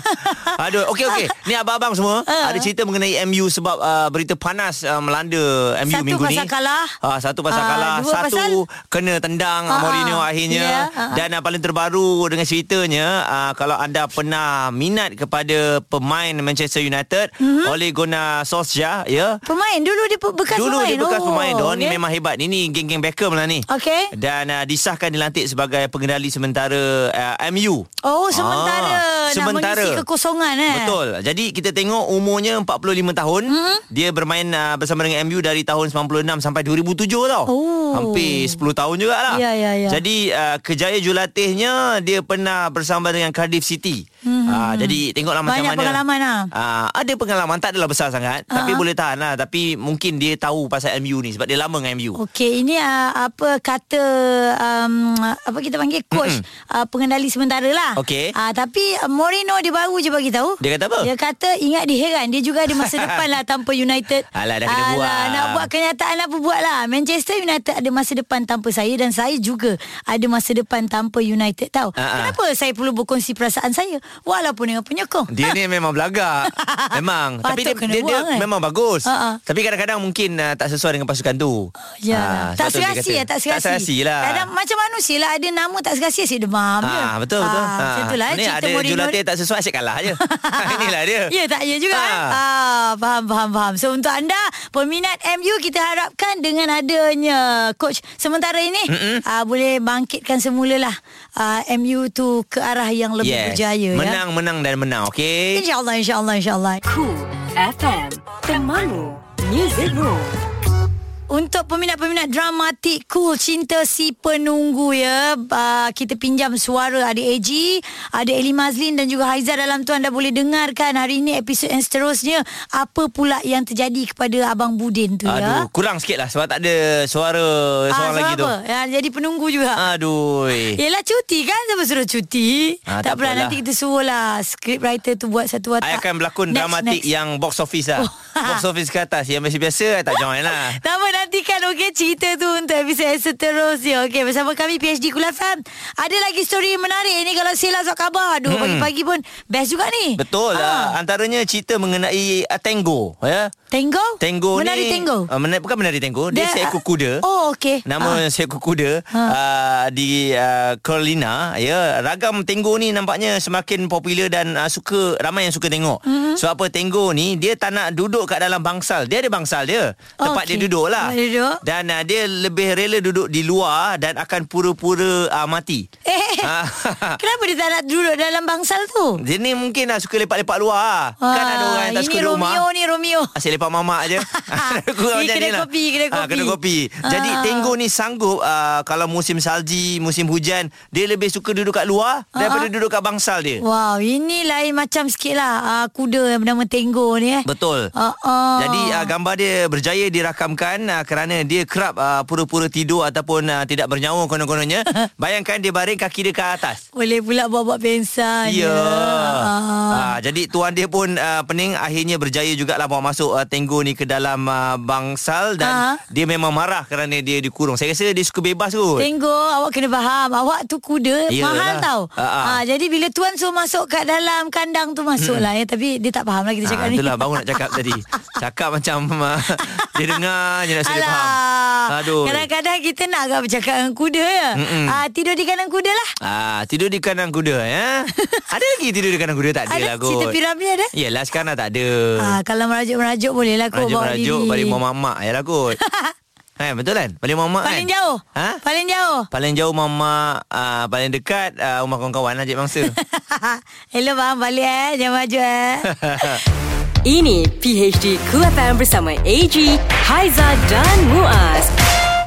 S2: Aduh, okey okey.
S1: Ah.
S2: Ni abang-abang semua ada cerita mengenai MU sebab uh, berita panas uh, melanda MU
S1: Satu
S2: minggu ni.
S1: pasal kalah.
S2: Ah, satu pasal
S1: Ah,
S2: kalah,
S1: dua
S2: satu
S1: pasal-
S2: kena tendang uh
S1: Ah,
S2: Mourinho
S1: ah.
S2: akhirnya
S1: Ya, ah, ah.
S2: dan uh, paling terbaru dengan ceritanya uh, kalau anda pernah minat kepada pemain Manchester United
S1: Mhm.
S2: mm-hmm. oleh Gunnar Solskjaer ya.
S1: Pemain dulu dia pe- bekas
S2: Dulu
S1: pemain.
S2: dia bekas
S1: Oh,
S2: pemain Dia orang ni
S1: okey.
S2: memang hebat Ini geng-geng Beckham lah ni
S1: Okey.
S2: Dan uh, disahkan dilantik sebagai pengendali sementara uh, MU
S1: Oh, sementara nak mengisi kekosongan, eh?
S2: Betul Jadi kita tengok umurnya 45 tahun hmm? Dia bermain uh, bersama dengan MU dari tahun 96 sampai 2007 tau
S1: Oh.
S2: Hampir 10 tahun jugalah
S1: Ya, ya, ya.
S2: Jadi uh, kejaya jurulatihnya Dia pernah bersama dengan Cardiff City
S1: Mhm.
S2: hmm. uh, Jadi tengoklah macam
S1: Banyak
S2: mana
S1: pengalaman lah.
S2: Uh, ada pengalaman tak adalah besar sangat uh-huh. tapi boleh tahan lah tapi mungkin dia tahu pasal MU ni sebab dia lama dengan MU.
S1: Okey, ini uh, apa kata um, apa kita panggil coach mm-hmm. uh, pengendali sementara lah.
S2: Okey.
S1: Uh, tapi uh, Mourinho dia baru je bagi tahu.
S2: Dia kata apa?
S1: Dia kata ingat dia heran dia juga ada masa depan lah tanpa United.
S2: Alah, dah kena buat.
S1: Nak buat kenyataan apa buat lah. Manchester United ada masa depan tanpa saya dan saya juga ada masa depan tanpa United tahu.
S2: Ah, ah.
S1: Kenapa saya perlu berkongsi perasaan saya walaupun dengan penyokong?
S2: Dia ni memang belagak. Memang.
S1: Patut
S2: tapi dia
S1: kena
S2: dia, dia
S1: buang, kan?
S2: memang bagus.
S1: Ha, ha.
S2: Tapi kadang-kadang mungkin uh, tak sesuai dengan pasukan tu. Ah,
S1: Ya,
S2: sebab
S1: tak
S2: tu dia
S1: serasi
S2: kata.
S1: ya, tak serasi.
S2: Tak serasi lah.
S1: Kadang macam manusia lah ada nama tak serasi asyik demam je.
S2: Ah betul betul.
S1: Ah,
S2: Ah,
S1: Macam tu lah
S2: Ni
S1: cerita
S2: ada
S1: Mourinho
S2: jurulatih
S1: ni.
S2: tak sesuai asyik kalah je. Ah, Inilah dia.
S1: Ya tak ya juga ah.
S2: Ah.
S1: ah faham faham faham. So untuk anda peminat MU kita harapkan dengan adanya coach sementara ini ah, boleh bangkitkan semulalah ah, MU tu ke arah yang lebih berjaya
S2: Menang,
S1: ya.
S2: menang dan menang. Okey.
S1: Insyaallah insyaallah insyaallah. Cool FM temanmu music room. Untuk peminat-peminat dramatik cool cinta si penunggu ya. Uh, kita pinjam suara ada AG, ada Eli Mazlin dan juga Haiza dalam tu anda boleh dengarkan hari ini episod yang seterusnya apa pula yang terjadi kepada abang Budin tu
S2: Aduh,
S1: ya.
S2: kurang sikit lah sebab tak ada suara seorang lagi tu. Ah.
S1: apa? Ya, jadi penunggu juga.
S2: Aduh.
S1: Yelah cuti kan Siapa suruh cuti
S2: Ah,
S1: Tak
S2: tak
S1: apalah
S2: apalah.
S1: Nanti kita suruh lah Script writer tu buat satu watak
S2: Saya akan berlakon
S1: Next,
S2: dramatik
S1: next. Oh.
S2: yang box office lah. box office ke atas. Yang biasa-biasa I tak join lah.
S1: Tak apa nantikan okey cerita tu untuk episod yang seterusnya. Okey bersama kami PhD Kul FM. Ada lagi story menarik ni kalau Sila sok khabar. Aduh
S2: Mm-mm.
S1: pagi-pagi pun best juga ni.
S2: Hmm. Betul
S1: Ah.
S2: lah. Antaranya cerita mengenai uh, tango. Ya?
S1: Tango?
S2: Tango
S1: Menari
S2: ni.
S1: tango?
S2: Uh, mena- bukan menari tango. Dia,
S1: Dia,
S2: dia seekor kuda.
S1: Oh Ah. okey.
S2: Nama ha. seekor kuda ha. uh, di uh, Carolina ya ragam tenggo ni nampaknya semakin popular dan uh, suka ramai yang suka tengok.
S1: Mhm.
S2: Mm-hmm. So apa tenggo ni dia tak nak duduk kat dalam bangsal. Dia ada bangsal dia. Tempat
S1: Okey.
S2: dia duduk lah.
S1: Tempat dia duduk.
S2: Dan uh, dia lebih rela duduk di luar dan akan pura-pura uh, mati.
S1: Eh,
S2: Ah.
S1: kenapa dia tak nak duduk dalam bangsal tu?
S2: Dia ni mungkin lah suka lepak-lepak luar lah. Kan ada orang yang tak suka
S1: Ah, ini
S2: duduk
S1: Romeo
S2: rumah.
S1: ni Romeo.
S2: Asyik lepak mamak je Kurang
S1: Ni
S2: macam
S1: kena
S2: ni lah.
S1: kopi, kena
S2: Ah, Kena
S1: kopi.
S2: kopi Jadi
S1: Ah.
S2: tenggo ni sanggup uh, Kalau musim salji Musim hujan Dia lebih suka duduk kat luar Daripada
S1: Ah.
S2: duduk kat bangsal dia
S1: Wow, ini lain macam sikit lah uh, kuda yang bernama Tenggo ni eh.
S2: Betul
S1: Ah, ah.
S2: Jadi uh, gambar dia berjaya dirakamkan uh, Kerana dia kerap uh, Pura-pura tidur Ataupun uh, tidak bernyawa konon-kononnya Bayangkan dia baring kaki dia ke atas
S1: Boleh pula buat-buat pensan
S2: Ya.
S1: Ah.
S2: Ah, jadi tuan dia pun uh, pening akhirnya berjaya jugalah bawa masuk uh, Tenggo ni ke dalam uh, bangsal
S1: Ha?
S2: dan dia memang marah kerana dia dikurung. Saya rasa dia suka bebas kot.
S1: Tenggo awak kena faham Awak tu kuda
S2: Yelah.
S1: mahal tau
S2: Ha, ha.
S1: Ah, Jadi bila tuan suruh masuk kat dalam kandang tu masuk
S2: Mm-mm.
S1: lah ya Tapi dia tak faham lah kita cakap
S2: Ah,
S1: ni
S2: itulah baru nak cakap tadi. Cakap macam uh, dia dengar je nak saya faham. Aduh.
S1: Kadang-kadang kita nak agak bercakap dengan kuda ya
S2: Mm-mm.
S1: ah, Tidur di kandang kuda lah
S2: Ah, tidur di kanan kuda ya. ada lagi tidur di kanan kuda tak ada,
S1: Ada
S2: lah kot.
S1: cerita piramli ada?
S2: Yelah sekarang dah tak ada.
S1: ah, Kalau merajuk-merajuk boleh lah kot bawa
S2: Rajuk-rajuk
S1: diri
S2: balik rumah mak ya lah kot. Eh, betul kan? Balik rumah mak
S1: Paling
S2: kan?
S1: jauh
S2: Ha?
S1: Paling jauh
S2: Paling jauh mama uh, Paling dekat uh, Rumah kawan-kawan Najib Mangsa
S1: Hello bang balik eh Jangan maju eh
S3: Ini PHD Cool FM bersama AG, Haiza dan Muaz.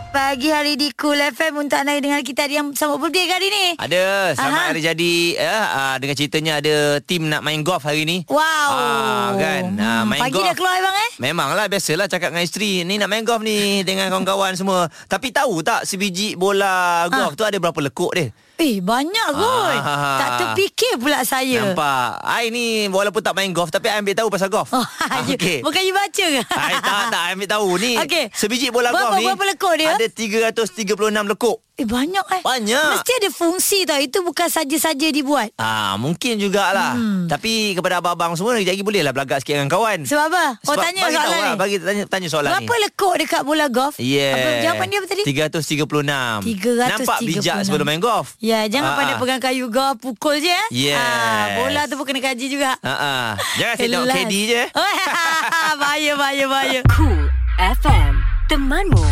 S1: Pagi hari di Cool FM Untuk anda dengan kita ada yang sambut birthday ke hari ni
S2: Ada Selamat
S1: Aha.
S2: hari jadi ya, ah, Dengan ceritanya ada Tim nak main golf hari ni
S1: Wow Hmm,
S2: ah, Kan ah, Main
S1: Pagi
S2: golf
S1: dah keluar bang eh
S2: Memanglah biasalah cakap dengan isteri Ni nak main golf ni Dengan kawan-kawan semua Tapi tahu tak Sebiji bola
S1: Ah.
S2: golf tu ada berapa lekuk dia
S1: Eh banyak kot
S2: Ah.
S1: Tak terfikir pula saya
S2: Nampak I ni walaupun tak main golf Tapi I ambil tahu pasal golf oh,
S1: Okay. ya. Bukan you baca ke?
S2: I tak, tak I ambil tahu ni
S1: Okey.
S2: Sebiji bola
S1: Berapa-
S2: golf ni
S1: berapa lekuk dia?
S2: Ada 336 lekuk
S1: Eh banyak eh
S2: Banyak.
S1: Mesti ada fungsi tau Itu bukan saja-saja dibuat
S2: Ah, mungkin jugalah. Hmm. Tapi kepada abang-abang semua lagi bolehlah belagak sikit dengan kawan.
S1: Sebab apa? Oh
S2: Sebab
S1: tanya
S2: bagi tahu
S1: soalan
S2: lah,
S1: ni
S2: Bagi tanya, tanya soalan ni.
S1: Berapa lekuk dekat bola golf?
S2: Yeah.
S1: Apa jawapan dia apa tadi?
S2: 336.
S1: 336.
S2: Nampak bijak sebelum main golf.
S1: Ya, jangan
S2: Ah,
S1: pandai
S2: ah.
S1: pegang kayu golf, pukul je eh.
S2: Yes.
S1: Ah, bola tu pun kena kaji juga.
S2: Ha ah. Jangan tengok
S1: Kelas. Oh. ya.
S2: KD je.
S1: bahaya, bahaya, bahaya.
S3: Cool FM Temanmu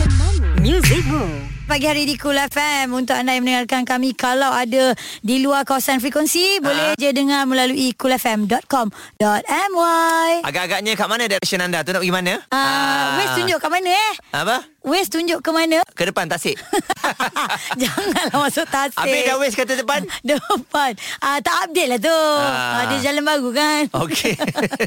S3: Muzikmu
S1: Pagi hari di Cool FM Untuk anda yang mendengarkan kami Kalau ada di luar kawasan
S2: Ha?
S1: frekuensi Boleh je dengar melalui coolfm.com.my
S2: Agak-agaknya kat mana direction anda tu nak pergi mana?
S1: Ah, uh, Wes tunjuk kat mana eh?
S2: Apa?
S1: Wes tunjuk ke mana? Ha,
S2: Ke depan tasik.
S1: Janganlah masuk tasik.
S2: Habis dah Wes kata depan?
S1: depan. Ah, tak update lah tu.
S2: Ah.
S1: Ah. Ada jalan baru kan?
S2: Okey.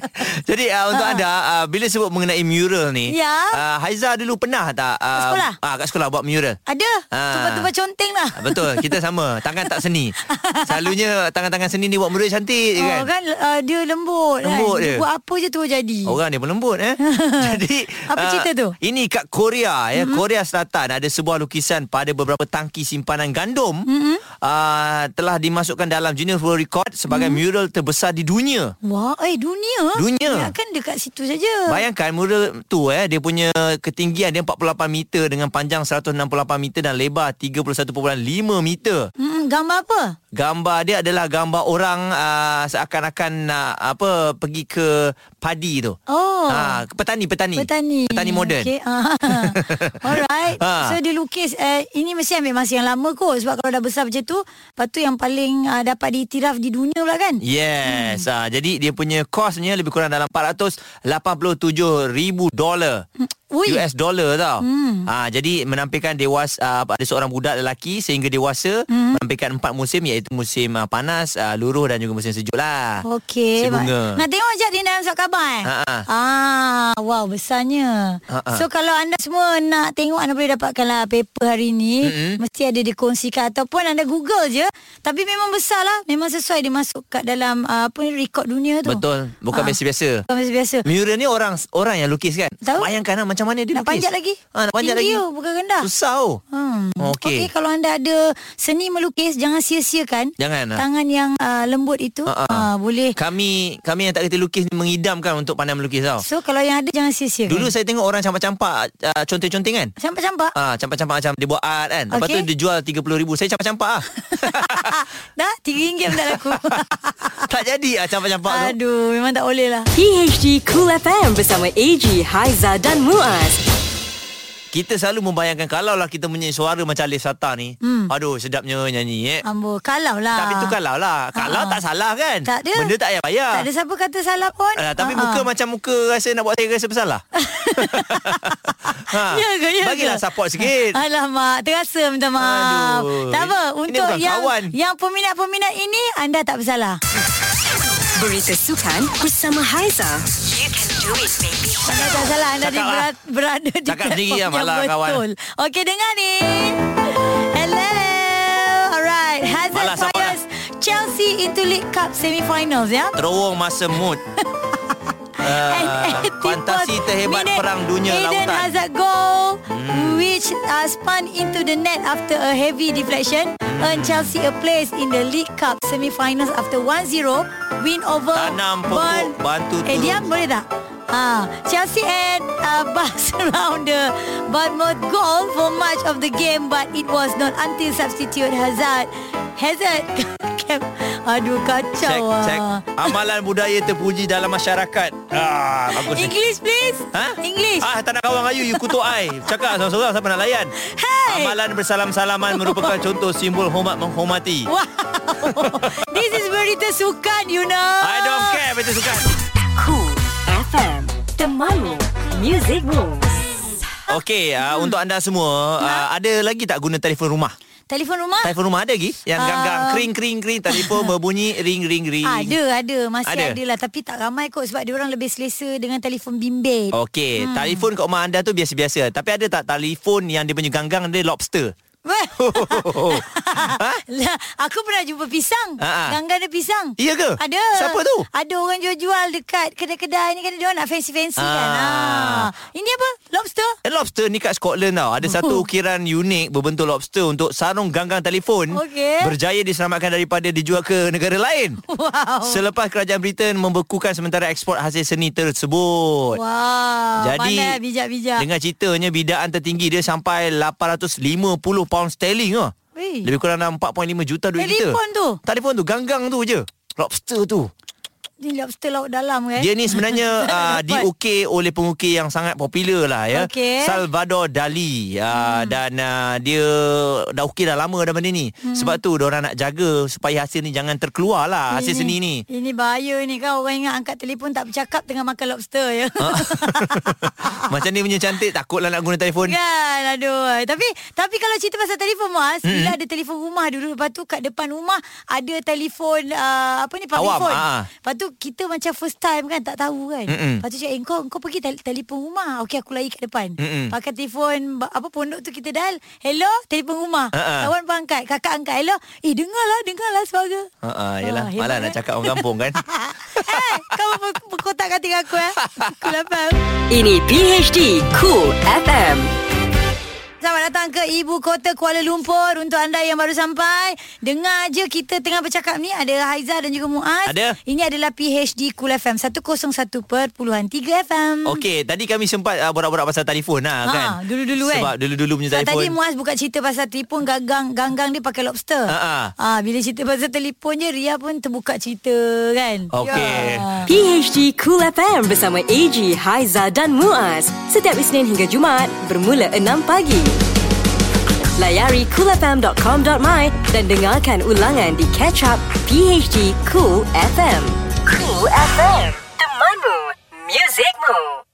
S2: Jadi uh, untuk anda uh, bila sebut mengenai mural ni,
S1: Ah. Ya.
S2: uh, Haiza dulu pernah tak uh,
S1: sekolah?
S2: Ah, kat sekolah buat mural.
S1: Ada.
S2: Ah.
S1: Tumpah-tumpah conteng lah.
S2: Betul, kita sama. Tangan tak seni. Selalunya tangan-tangan seni ni buat mural cantik je
S1: Oh,
S2: kan.
S1: kan, uh, dia lembut,
S2: Lembut
S1: kan?
S2: dia.
S1: buat apa je tu jadi.
S2: Orang dia pun lembut eh. Jadi
S1: Apa
S2: ah,
S1: cerita tu?
S2: Ini kat Korea ya, mm-hmm. Korea Selatan ada sebuah lukisan pada beberapa tangki simpanan gandum mm-hmm. uh, telah dimasukkan dalam Guinness World Record sebagai mm-hmm. mural terbesar di dunia.
S1: Wah, eh dunia.
S2: Dunia.
S1: Ya, kan dekat situ saja.
S2: Bayangkan mural tu eh dia punya ketinggian dia 48 meter dengan panjang 168 meter dan lebar 31.5 meter.
S1: Hmm, gambar apa?
S2: Gambar dia adalah gambar orang uh, seakan-akan uh, apa pergi ke padi tu.
S1: Oh.
S2: Ah, ke petani petani.
S1: Petani.
S2: Petani moden.
S1: Okay. Ah. Alright.
S2: Ah.
S1: ha. So dia lukis uh, ini mesti ambil masa yang lama kot sebab kalau dah besar macam tu, lepas tu yang paling uh, dapat diiktiraf di dunia pula kan?
S2: Yes. Hmm. Ha, jadi dia punya costnya lebih kurang dalam 487 ribu dolar.
S1: Hmm. Ui.
S2: US dollar tau.
S1: Hmm.
S2: Ha, jadi menampilkan dewasa uh, ada seorang budak lelaki sehingga dewasa
S1: Hmm.
S2: menampilkan empat musim iaitu musim uh, panas, uh, luruh dan juga musim sejuk lah.
S1: Okey.
S2: Si bunga.
S1: Nak tengok sekejap dia dalam surat khabar eh?
S2: Ha, ha.
S1: Ah, wow besarnya.
S2: Ha, ha.
S1: So kalau anda semua nak tengok anda boleh dapatkanlah paper hari ni. Mm-hmm. Mesti ada dikongsikan ataupun anda Google je. Tapi memang besar lah. Memang sesuai dia masuk kat dalam uh, apa ni rekod dunia tu.
S2: Betul. Bukan
S1: Ah.
S2: biasa-biasa.
S1: Bukan biasa-biasa.
S2: Mural ni orang orang yang lukis kan?
S1: Tahu.
S2: Bayangkan lah macam mana dia
S1: Nak
S2: lukis.
S1: panjat lagi?
S2: Ha, nak panjat
S1: Tinggi
S2: lagi.
S1: tu, bukan rendah.
S2: Susah oh.
S1: Hmm.
S2: Okey.
S1: Okey, kalau anda ada seni melukis jangan sia-siakan.
S2: Jangan, ah.
S1: Tangan yang uh, lembut itu
S2: Ha,
S1: uh,
S2: ha.
S1: boleh.
S2: Kami kami yang tak kerti lukis ni mengidamkan untuk pandai melukis tau.
S1: So kalau yang ada jangan sia-siakan.
S2: Dulu saya tengok orang campak-campak uh, Conting-conting kan
S1: Campak-campak?
S2: Ah, campak-campak macam Dia buat art kan Lepas tu
S1: Okey.
S2: dia jual RM30,000 Saya campak-campak lah
S1: Dah RM3 pun tak laku.
S2: Tak jadi lah campak-campak tu
S1: Aduh, memang tak boleh lah.
S3: PHD Cool FM bersama AG, Haiza dan Muaz.
S2: Kita selalu membayangkan Kalau lah kita punya suara macam Alif Sata ni
S1: Hmm.
S2: Aduh sedapnya nyanyi eh
S1: Ambo, kalau lah.
S2: Tapi tu kalau lah Kalau tak salah kan
S1: Ah. Tak ada.
S2: Benda tak payah bayar
S1: Tak ada siapa kata salah pun.
S2: Ah, tapi
S1: Ha, ha.
S2: muka macam muka rasa nak buat saya rasa bersalah. ha.
S1: Ya ke, Ah. ya ke?
S2: Bagilah support sikit.
S1: Alamak, terasa minta maaf.
S2: Aduh.
S1: Tak apa,
S2: Ini
S1: untuk
S2: bukan
S1: yang
S2: kawan.
S1: yang peminat-peminat ini anda tak bersalah.
S3: Berita sukan bersama Haiza. You can do it, baby.
S1: Anda tak salah Anda
S3: Cakap
S1: Cakap
S3: lah.
S1: berada di
S3: Cakap
S1: platform
S3: sendiri lah,
S1: yang
S2: malah kawan.
S1: betul Okey dengar ni Hello Alright Hazard
S2: Malas, apa
S1: Fires Chelsea into League Cup Semi-finals ya
S2: Terowong masa mood.
S1: Eh,
S2: Uh, fantasi terhebat
S1: minute,
S2: perang dunia
S1: Eden
S2: lautan. Hmm.
S1: Hazard goal Which uh, spun into the net After a heavy deflection
S2: Hmm.
S1: Earned Chelsea a place in the League Cup Semi-finanals after 1-0 Win over
S2: Tanam pokok bantu
S1: Eh
S2: turun.
S1: diam boleh tak? Ah, Chelsea and uh, bounced around the Bournemouth goal for much of the game but it was not until substitute Hazard Hazard kept Aduh
S2: Cek,
S1: kacau
S2: cek.
S1: ah.
S2: Amalan budaya terpuji dalam masyarakat. Ah, bagus. ni.
S1: English please
S2: Ha?
S1: English
S2: Ah, tak nak kawan dengan you, you kutuk I. Cakap seorang-seorang siapa nak layan. Hey. Amalan bersalam-salaman merupakan contoh simbol hormat menghormati.
S1: Wow This is berita sukan you know
S2: I don't care betul sukan.
S3: Cool FM. Temanmu. Muzikmu.
S2: Okey, uh, untuk anda semua, uh, ada lagi tak guna telefon rumah?
S1: Telefon rumah?
S2: Telefon rumah ada lagi? Yang
S1: Ah.
S2: ganggang kering kering kering telefon berbunyi ring ring ring.
S1: Ada, ada. Masih
S2: Ada?
S1: ada. lah. Tapi tak ramai kot sebab dia orang lebih selesa dengan telefon bimbit.
S2: Okey, hmm. telefon kat rumah anda tu biasa-biasa. Tapi ada tak telefon yang dia punya ganggang dia lobster? Ha?
S1: Lah, Aku pernah jumpa pisang.
S2: Ha-ha.
S1: Ganggang ada pisang.
S2: Ha, Iya ke?
S1: Ada.
S2: Siapa tu?
S1: Ada orang jual-jual dekat kedai-kedai ni kan dia orang nak fancy-fancy kan.
S2: Ah.
S1: Ha. Ini apa? Lobster?
S2: Eh, lobster ni kat Scotland tau. Ada satu ukiran unik berbentuk lobster untuk sarung ganggang telefon.
S1: Okey.
S2: Berjaya diselamatkan daripada dijual ke negara lain.
S1: Wow.
S2: Selepas kerajaan Britain membekukan sementara ekspor hasil seni tersebut.
S1: Wow.
S2: Jadi,
S1: pandai bijak-bijak.
S2: Dengan ceritanya bidaan tertinggi dia sampai 850 pound sterling lah.
S1: Weh.
S2: Lebih kurang dalam 4.5 juta duit kita.
S1: Telefon tu.
S2: Telefon tu, ganggang tu je. Lobster tu.
S1: Ni lobster laut dalam kan?
S2: Dia ni sebenarnya uh, diukir oleh pengukir yang sangat popular lah ya.
S1: Okey.
S2: Salvador Dali. Uh, hmm. Dan uh, dia dah ukir dah lama dah benda ni. Hmm. Sebab tu orang nak jaga supaya hasil ni jangan terkeluar lah hasil
S1: Ini-
S2: seni ni.
S1: Ini bahaya ni kan Orang ingat angkat telefon tak bercakap Tengah makan lobster ya
S2: Ah, Macam ni punya cantik takutlah nak guna telefon.
S1: Kan aduh Tapi tapi kalau cerita pasal telefon Mas mm. Bila ada telefon rumah dulu Lepas tu kat depan rumah Ada telefon uh, Apa ni public
S2: Awam,
S1: phone
S2: ah.
S1: Lepas tu kita macam first time kan Tak tahu kan
S2: Mm-mm.
S1: Lepas tu cakap eh, kau, kau pergi tel- telefon rumah Okey aku lari kat depan
S2: Mm-mm.
S1: Pakai telefon ba- Apa pondok tu kita dial Hello telefon rumah
S2: Ah, ah.
S1: Kawan pun angkat Kakak angkat Hello Eh dengarlah dengarlah suara
S2: Ha ah, yalah,
S1: Ah, hebat
S2: malah nak
S1: kan?
S2: cakap orang kampung kan.
S1: Eh kau ber- berkotak kata dengan aku eh Aku lapar
S3: Ini PHD Cool FM.
S1: Selamat datang ke ibu kota Kuala Lumpur Untuk anda yang baru sampai Dengar je kita tengah bercakap ni Ada Haiza dan juga Muaz
S2: Ada.
S1: Ini adalah PHD Cool FM 101.3 FM
S2: Okey, tadi kami sempat uh, borak-borak pasal telefon lah
S1: Ha,
S2: kan.
S1: dulu-dulu kan?
S2: Sebab dulu-dulu punya
S1: Sebab
S2: telefon.
S1: tadi Muaz buka cerita pasal telefon Ganggang ganggang dia pakai lobster
S2: Ha,
S1: ha, Bila cerita pasal telefon je Ria pun terbuka cerita kan
S2: Okey.
S3: PHD Cool FM bersama AG, Haiza dan Muaz. Setiap Isnin hingga Jumaat bermula 6 pagi. Layari coolfm.com.my dan dengarkan ulangan di Catch Up PHD Cool FM. Cool FM. Temanmu. Muzikmu.